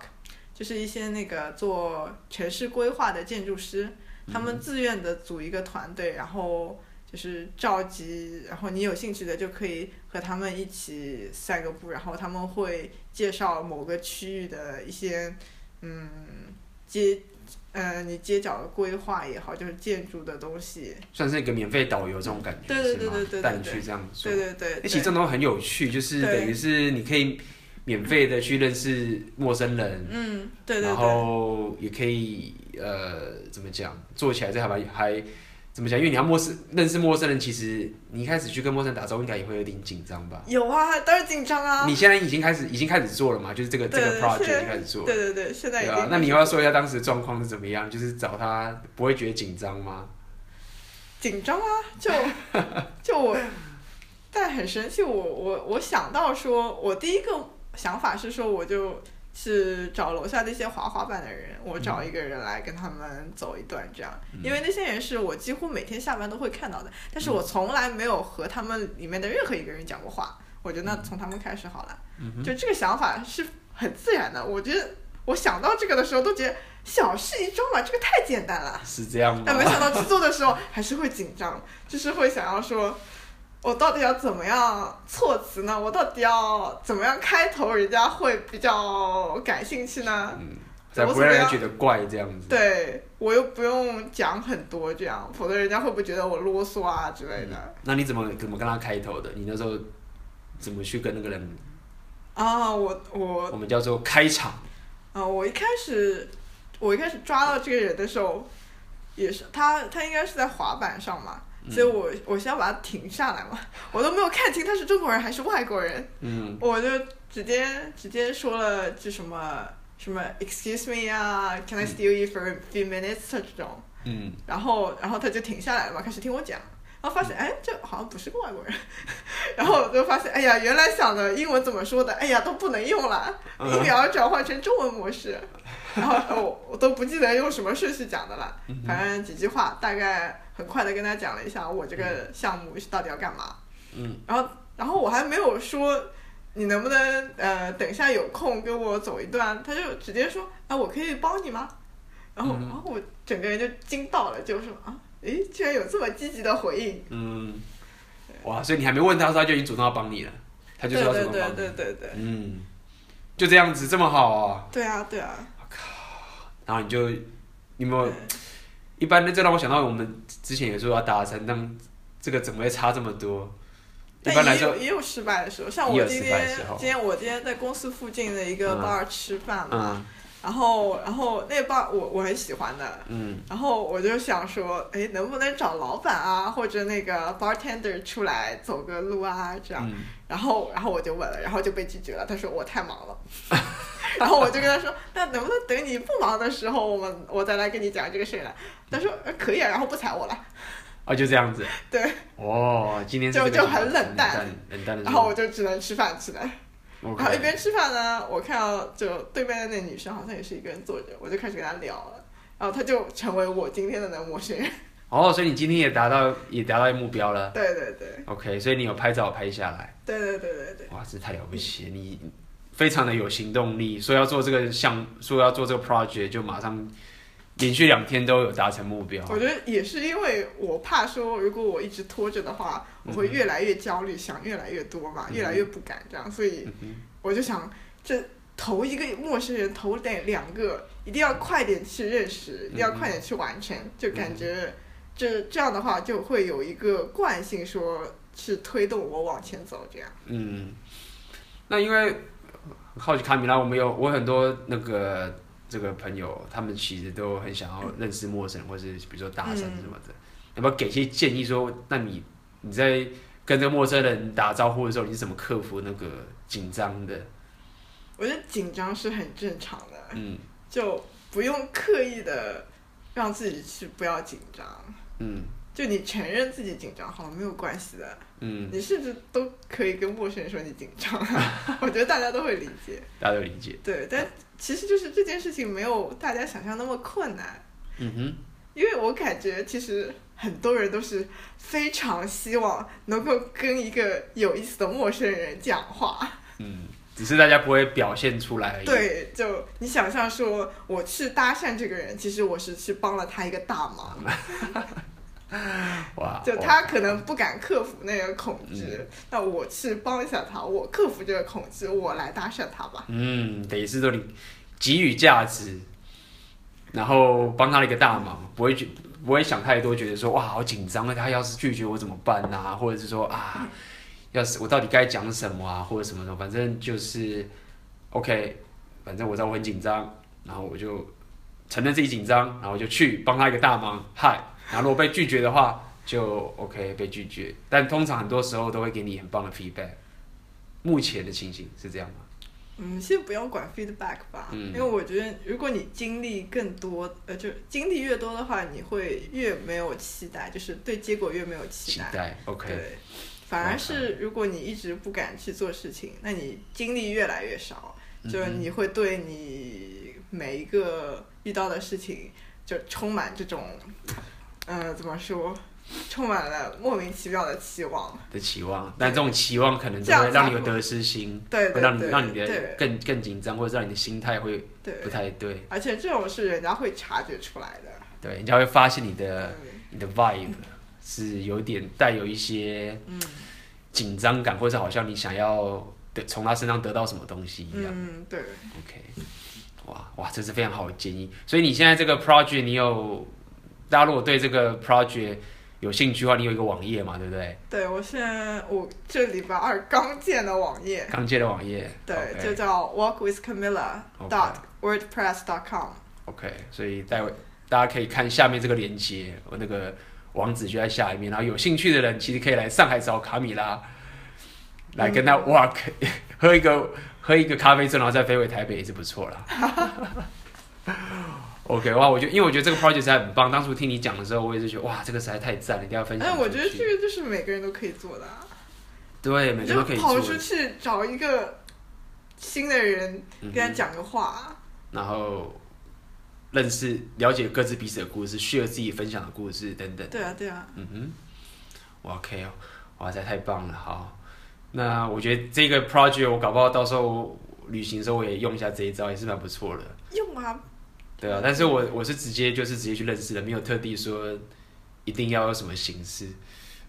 [SPEAKER 2] 就是一些那个做城市规划的建筑师，
[SPEAKER 1] 嗯
[SPEAKER 2] 他们自愿的组一个团队，然后就是召集，然后你有兴趣的就可以和他们一起散个步，然后他们会介绍某个区域的一些嗯街。呃，你街角的规划也好，就是建筑的东西，
[SPEAKER 1] 算是一个免费导游这种感觉，
[SPEAKER 2] 对对
[SPEAKER 1] 是吗
[SPEAKER 2] 对对对
[SPEAKER 1] 带你
[SPEAKER 2] 对
[SPEAKER 1] 去这样做
[SPEAKER 2] 对，对对，
[SPEAKER 1] 而且这
[SPEAKER 2] 对
[SPEAKER 1] 种东西很有趣，就是
[SPEAKER 2] 对
[SPEAKER 1] 等于是你可以免费的去认识陌生人，
[SPEAKER 2] 嗯，对对
[SPEAKER 1] 然
[SPEAKER 2] 对，
[SPEAKER 1] 后也可以呃怎么讲，做起来这还蛮还怎么讲？因为你要陌生认识陌生人，其实你一开始去跟陌生人打招呼，应该也会有点紧张吧？
[SPEAKER 2] 有啊，当然紧张啊
[SPEAKER 1] 你，现在已经开始已经开始做了嘛？就是这个这
[SPEAKER 2] 对
[SPEAKER 1] 个
[SPEAKER 2] 对
[SPEAKER 1] project
[SPEAKER 2] 是
[SPEAKER 1] 已经开始做
[SPEAKER 2] 对
[SPEAKER 1] 了。
[SPEAKER 2] 对对，现在已
[SPEAKER 1] 对
[SPEAKER 2] 经、
[SPEAKER 1] 啊，那你要不要说一下当时的状况是怎么样？就是找他不会觉得紧张吗？
[SPEAKER 2] 紧张啊，就就我，但很神奇，我我我想到说，我第一个想法是说，我就是找楼下那些滑滑板的人，我找一个人来跟他们走一段这样，因为那些人是我几乎每天下班都会看到的，但是我从来没有和他们里面的任何一个人讲过话，我觉得那从他们开始好了，就这个想法是很自然的，我觉得我想到这个的时候都觉得小事一桩嘛，啊这个太简单了。
[SPEAKER 1] 是这样吗？
[SPEAKER 2] 但没想到制作的时候还是会紧张，就是会想要说，我到底要怎么样措辞呢？我到底要怎么样开头，人家会比较感兴趣呢？
[SPEAKER 1] 才不会让
[SPEAKER 2] 啊
[SPEAKER 1] 人觉得怪这样子。
[SPEAKER 2] 对我又不用讲很多，这样，否则人家会不会觉得我啰嗦啊之类的？
[SPEAKER 1] 那你怎么怎么跟他开头的？你那时候怎么去跟那个人？
[SPEAKER 2] 啊，我我
[SPEAKER 1] 我们叫做开场。
[SPEAKER 2] 啊，我一开始我一开始抓到这个人的时候，也是他他应该是在滑板上嘛，所以我我先要把他停下来嘛，我都没有看清他是中国人还是外国人，
[SPEAKER 1] 嗯，
[SPEAKER 2] 我就直接直接说了就什么什么 Excuse me 啊，Can I steal you for a few minutes 这种，
[SPEAKER 1] 嗯，
[SPEAKER 2] 然后然后他就停下来了嘛，开始听我讲。然后发现，哎，这好像不是个外国人， 然后我就发现，哎呀，原来想的英文怎么说的，哎呀，都不能用了，一秒转换成中文模式，然后我我都不记得用什么顺序讲的了，反正几句话，大概很快的跟他讲了一下我这个项目是到底要干嘛，
[SPEAKER 1] 嗯，
[SPEAKER 2] 然后然后我还没有说你能不能呃等一下有空跟我走一段，他就直接说，啊，我可以帮你吗？然后、
[SPEAKER 1] 嗯
[SPEAKER 2] 然后我整个人就惊到了，就说啊，诶，居然有这么积极的回应，
[SPEAKER 1] 嗯，哇，所以你还没问他，他就已经主动要帮你了，他就
[SPEAKER 2] 对
[SPEAKER 1] 是要主
[SPEAKER 2] 对
[SPEAKER 1] 动
[SPEAKER 2] 对
[SPEAKER 1] 帮你，
[SPEAKER 2] 对对对，
[SPEAKER 1] 嗯，就这样子这么好啊，
[SPEAKER 2] 对啊对啊，
[SPEAKER 1] 然后你就你有没有
[SPEAKER 2] 嗯
[SPEAKER 1] 一般的这让我想到我们之前也说要搭讪，但这个怎么会差这么多？一
[SPEAKER 2] 但
[SPEAKER 1] 般来
[SPEAKER 2] 也
[SPEAKER 1] 说
[SPEAKER 2] 有，也有失败的时候，像
[SPEAKER 1] 也
[SPEAKER 2] 我
[SPEAKER 1] 有
[SPEAKER 2] 今
[SPEAKER 1] 失败的
[SPEAKER 2] 天
[SPEAKER 1] 时候
[SPEAKER 2] 今天我今天在公司附近的一个
[SPEAKER 1] 嗯
[SPEAKER 2] bar 吃饭嘛，
[SPEAKER 1] 嗯
[SPEAKER 2] 然后然后那个 bar 我我很喜欢的，
[SPEAKER 1] 嗯
[SPEAKER 2] 然后我就想说，哎，能不能找老板啊或者那个 bartender 出来走个路啊这样，
[SPEAKER 1] 嗯，
[SPEAKER 2] 然后然后我就问了，然后就被拒绝了，他说我太忙了。然后我就跟他说，那能不能等你不忙的时候，我们我再来跟你讲这个事儿呢？他说呃可以啊，然后不睬我了。
[SPEAKER 1] 哦，就这样子，
[SPEAKER 2] 对，
[SPEAKER 1] 哦，今天是
[SPEAKER 2] 就
[SPEAKER 1] 这个
[SPEAKER 2] 就很冷淡
[SPEAKER 1] 冷淡的，
[SPEAKER 2] 然后我就只能吃饭去了。
[SPEAKER 1] 我
[SPEAKER 2] 然后一边吃饭呢，我看到就对面的那女生好像也是一个人坐着，我就开始跟她聊了，然后她就成为我今天的男陌生人。
[SPEAKER 1] 哦，所以你今天也达到也达到目标了。
[SPEAKER 2] 对对对
[SPEAKER 1] OK，所以你有拍照拍下来，
[SPEAKER 2] 对对对对对，
[SPEAKER 1] 哇，这太了不起了！你非常的有行动力，说要做这个项，说要做这个 project，就马上连续两天都有达成目标。
[SPEAKER 2] 我觉得也是因为我怕说，如果我一直拖着的话，我会越来越焦虑，想越来越多嘛，越来越不敢这样，所以我就想这。头一个陌生人，头得两个，一定要快点去认识，一定要快点去完成，就感觉这这样的话就会有一个惯性，说去推动我往前走这样。
[SPEAKER 1] 嗯，那因为很好奇卡米拉，我们有我很多那个这个朋友，他们其实都很想要认识陌生人，或是比如说搭讪什么的，
[SPEAKER 2] 嗯
[SPEAKER 1] 要不要给一些建议说？那你你在跟这个陌生人打招呼的时候，你是怎么克服那个紧张的？
[SPEAKER 2] 我觉得紧张是很正常的，
[SPEAKER 1] 嗯
[SPEAKER 2] 就不用刻意的让自己去不要紧张，
[SPEAKER 1] 嗯
[SPEAKER 2] 就你承认自己紧张好了，没有关系的，
[SPEAKER 1] 嗯，
[SPEAKER 2] 你甚至都可以跟陌生人说你紧张啊， 我觉得大家都会理解。
[SPEAKER 1] 嗯大家都理解。
[SPEAKER 2] 对，但其实就是这件事情没有大家想象那么困难，
[SPEAKER 1] 嗯哼，
[SPEAKER 2] 因为我感觉其实很多人都是非常希望能够跟一个有意思的陌生人讲话。
[SPEAKER 1] 嗯，只是大家不会表现出来而已。，
[SPEAKER 2] 对，就你想象说我去搭讪这个人，其实我是去帮了他一个大忙，
[SPEAKER 1] 哇，
[SPEAKER 2] 就
[SPEAKER 1] 哇
[SPEAKER 2] 他可能不敢克服那个恐惧，那我去帮一下他，我克服这个恐惧，我来搭讪他吧。
[SPEAKER 1] 嗯，等于是说你给予价值，然后帮他了一个大忙，不会觉不会想太多，觉得说哇好紧张啊，他要是拒绝我怎么办啊？或者是说啊，要是我到底该讲什么啊，或者什么什么，反正就是 OK，反正我知道我很紧张，然后我就承认自己紧张，然后我就去帮他一个大忙，嗨，然后如果被拒绝的话。就 OK 被拒绝，但通常很多时候都会给你很棒的 feedback。目前的情形是这样吗？
[SPEAKER 2] 嗯，先不用管 feedback 吧，
[SPEAKER 1] 嗯
[SPEAKER 2] 因为我觉得如果你经历更多，呃，就经历越多的话，你会越没有期待，就是对结果越没有期
[SPEAKER 1] 期
[SPEAKER 2] 待。
[SPEAKER 1] 待，OK。
[SPEAKER 2] 对，反而是如果你一直不敢去做事情，那你精力越来越少，
[SPEAKER 1] 嗯
[SPEAKER 2] 就是你会对你每一个遇到的事情就充满这种，呃，怎么说，充满了莫名其妙的期望。
[SPEAKER 1] 的期望，但这种期望可能
[SPEAKER 2] 这
[SPEAKER 1] 就
[SPEAKER 2] 样
[SPEAKER 1] 会让你有
[SPEAKER 2] 才不
[SPEAKER 1] 得失心，
[SPEAKER 2] 对
[SPEAKER 1] 会
[SPEAKER 2] 对
[SPEAKER 1] 让你
[SPEAKER 2] 对
[SPEAKER 1] 让你的
[SPEAKER 2] 对
[SPEAKER 1] 更更紧张，或者让你的心态会
[SPEAKER 2] 对
[SPEAKER 1] 不，太对，
[SPEAKER 2] 而且这种是人家会察觉出来的。
[SPEAKER 1] 对，人家会发现你的
[SPEAKER 2] 嗯
[SPEAKER 1] 你的 vibe 是有点带有一些
[SPEAKER 2] 嗯
[SPEAKER 1] 紧张感，或者好像你想要得从他身上得到什么东西一样。
[SPEAKER 2] 嗯，对，
[SPEAKER 1] OK，哇哇，这是非常好的建议。所以你现在这个 project，你有大家如果对这个 project 有兴趣的话，你有一个网页嘛，对不对？
[SPEAKER 2] 对我现在我这礼拜二 刚建的网页，
[SPEAKER 1] 刚接的网页，
[SPEAKER 2] 对
[SPEAKER 1] OK
[SPEAKER 2] 就叫 walkwithcamilla dot wordpress dot com。
[SPEAKER 1] OK，所以待会大家可以看下面这个链接，我那个网址就在下面。然后有兴趣的人其实可以来上海找卡米拉，来跟
[SPEAKER 2] 嗯
[SPEAKER 1] 他 work，、喝一 个喝一个咖啡之后，然后再飞回台北也是不错啦。OK，哇，我觉得因为我觉得这个 project 实在很棒，当初听你讲的时候，我也是觉得哇，这个实在太赞了，一定要分享
[SPEAKER 2] 哎，
[SPEAKER 1] 出去。
[SPEAKER 2] 我觉得这个就是每个人都可以做的、啊，
[SPEAKER 1] 对，每
[SPEAKER 2] 你
[SPEAKER 1] 个人
[SPEAKER 2] 就
[SPEAKER 1] 都可以
[SPEAKER 2] 跑
[SPEAKER 1] 做，
[SPEAKER 2] 出去找一个新的人，
[SPEAKER 1] 嗯
[SPEAKER 2] 跟他讲个话，啊
[SPEAKER 1] 然后认识、了解各自彼此的故事，share 自己分享的故事等等。
[SPEAKER 2] 对啊，对啊，
[SPEAKER 1] 嗯哼，哇 OK 哦，哇，这太棒了，好。那我觉得这个 project 我搞不好到时候旅行的时候我也用一下这一招，也是蛮不错的。
[SPEAKER 2] 用啊，
[SPEAKER 1] 对啊，但是我我是直接就是直接去认识的，没有特地说一定要有什么形式。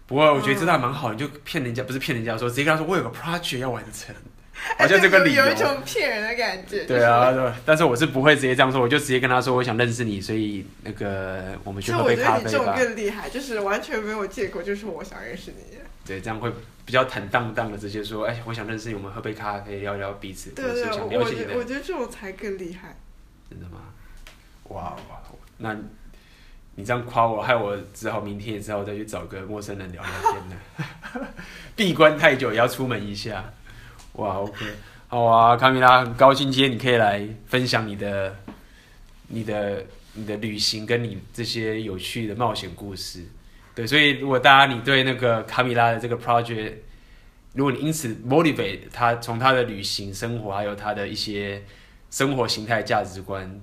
[SPEAKER 1] 不过我觉得这
[SPEAKER 2] 嗯
[SPEAKER 1] 倒蛮好，你就骗人家，不是骗人家说，直接跟他说我有个 project 要完成， 好像这个理由
[SPEAKER 2] 哎有有一种骗人的感觉，
[SPEAKER 1] 对啊， 对，但是我是不会直接这样说，我就直接跟他说我想认识你，所以那个我们去
[SPEAKER 2] 就
[SPEAKER 1] 喝
[SPEAKER 2] 我
[SPEAKER 1] 杯
[SPEAKER 2] 觉
[SPEAKER 1] 咖
[SPEAKER 2] 得你
[SPEAKER 1] 啡
[SPEAKER 2] 这种
[SPEAKER 1] 吧。
[SPEAKER 2] 更厉害，就是完全没有借口，就是我想认识你。
[SPEAKER 1] 对，这样会比较坦荡荡的直接说，哎，我想认识你，我们喝杯咖啡，聊聊彼此，
[SPEAKER 2] 对啊
[SPEAKER 1] 或者
[SPEAKER 2] 对，
[SPEAKER 1] 是想
[SPEAKER 2] 我
[SPEAKER 1] 了
[SPEAKER 2] 我
[SPEAKER 1] 解
[SPEAKER 2] 觉
[SPEAKER 1] 你
[SPEAKER 2] 得我
[SPEAKER 1] 的，
[SPEAKER 2] 觉得这种才更厉害。
[SPEAKER 1] 真的吗？哇哇，那你你这样夸我，害我只好明天也只好再去找个陌生人聊聊天了。 闭关太久也要出门一下。哇，OK，好啊，卡米拉，很高兴今天你可以来分享你的、你的、你的旅行跟你这些有趣的冒险故事。对，所以如果大家你对那个卡米拉的这个 project，如果你因此 motivate 他从他的旅行生活，还有他的一些生活形态价值观，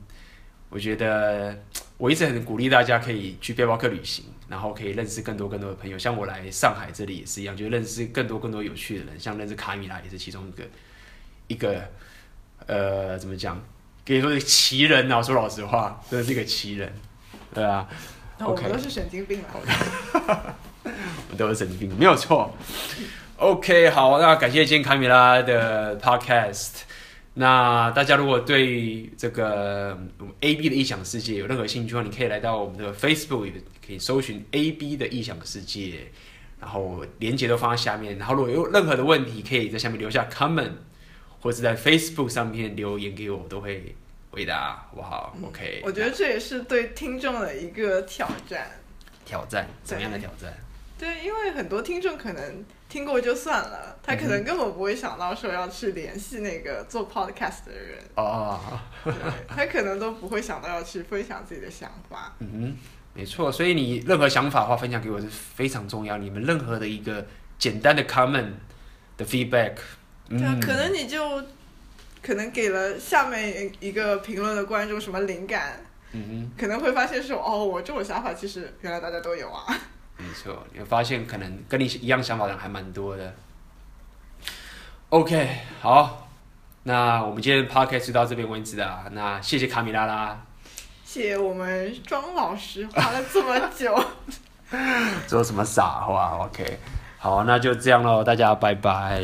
[SPEAKER 1] 我觉得我一直很鼓励大家可以去背包客旅行，然后可以认识更多更多的朋友。像我来上海这里也是一样，就认识更多更多有趣的人，像认识卡米拉也是其中一个一个呃怎么讲，可以说是奇人啊。说老实话，真的是一个奇人，对啊。
[SPEAKER 2] 那我们
[SPEAKER 1] OK
[SPEAKER 2] 都是神经病了。
[SPEAKER 1] 我都有神经病，没有错。OK，好，那感谢今天卡米拉的 Podcast。那大家如果对这个嗯 AB 的异想世界有任何兴趣的话，你可以来到我们的 Facebook，也可以搜寻 AB 的异想世界，然后连接都放在下面。然后如果有任何的问题，可以在下面留下 comment，或者在 Facebook 上面留言给我，我都会回答，好不好？OK，
[SPEAKER 2] 我觉得这也是对听众的一个挑战。
[SPEAKER 1] 挑战怎么样的挑战？
[SPEAKER 2] 对，因为很多听众可能听过就算了，他可能根本不会想到说要去联系那个做 podcast 的人，
[SPEAKER 1] 哦。
[SPEAKER 2] 对他可能都不会想到要去分享自己的想法。
[SPEAKER 1] 嗯哼，没错，所以你任何想法的话，分享给我是非常重要。你们任何的一个简单的 comment 的 feedback，
[SPEAKER 2] 对啊
[SPEAKER 1] 嗯，，
[SPEAKER 2] 可能你就可能给了下面一个评论的观众什么灵感，
[SPEAKER 1] 嗯
[SPEAKER 2] 可能会发现说哦，我这种想法其实原来大家都有啊。
[SPEAKER 1] 哼，没错，你会发现可能跟你一样想法的人还蛮多的。OK，好，那我们今天的 podcast 就到这边为止啦。那谢谢卡米拉啦，
[SPEAKER 2] 谢谢我们庄老师花了这么 久，
[SPEAKER 1] 说什么傻话？OK，好，那就这样喽，大家拜拜。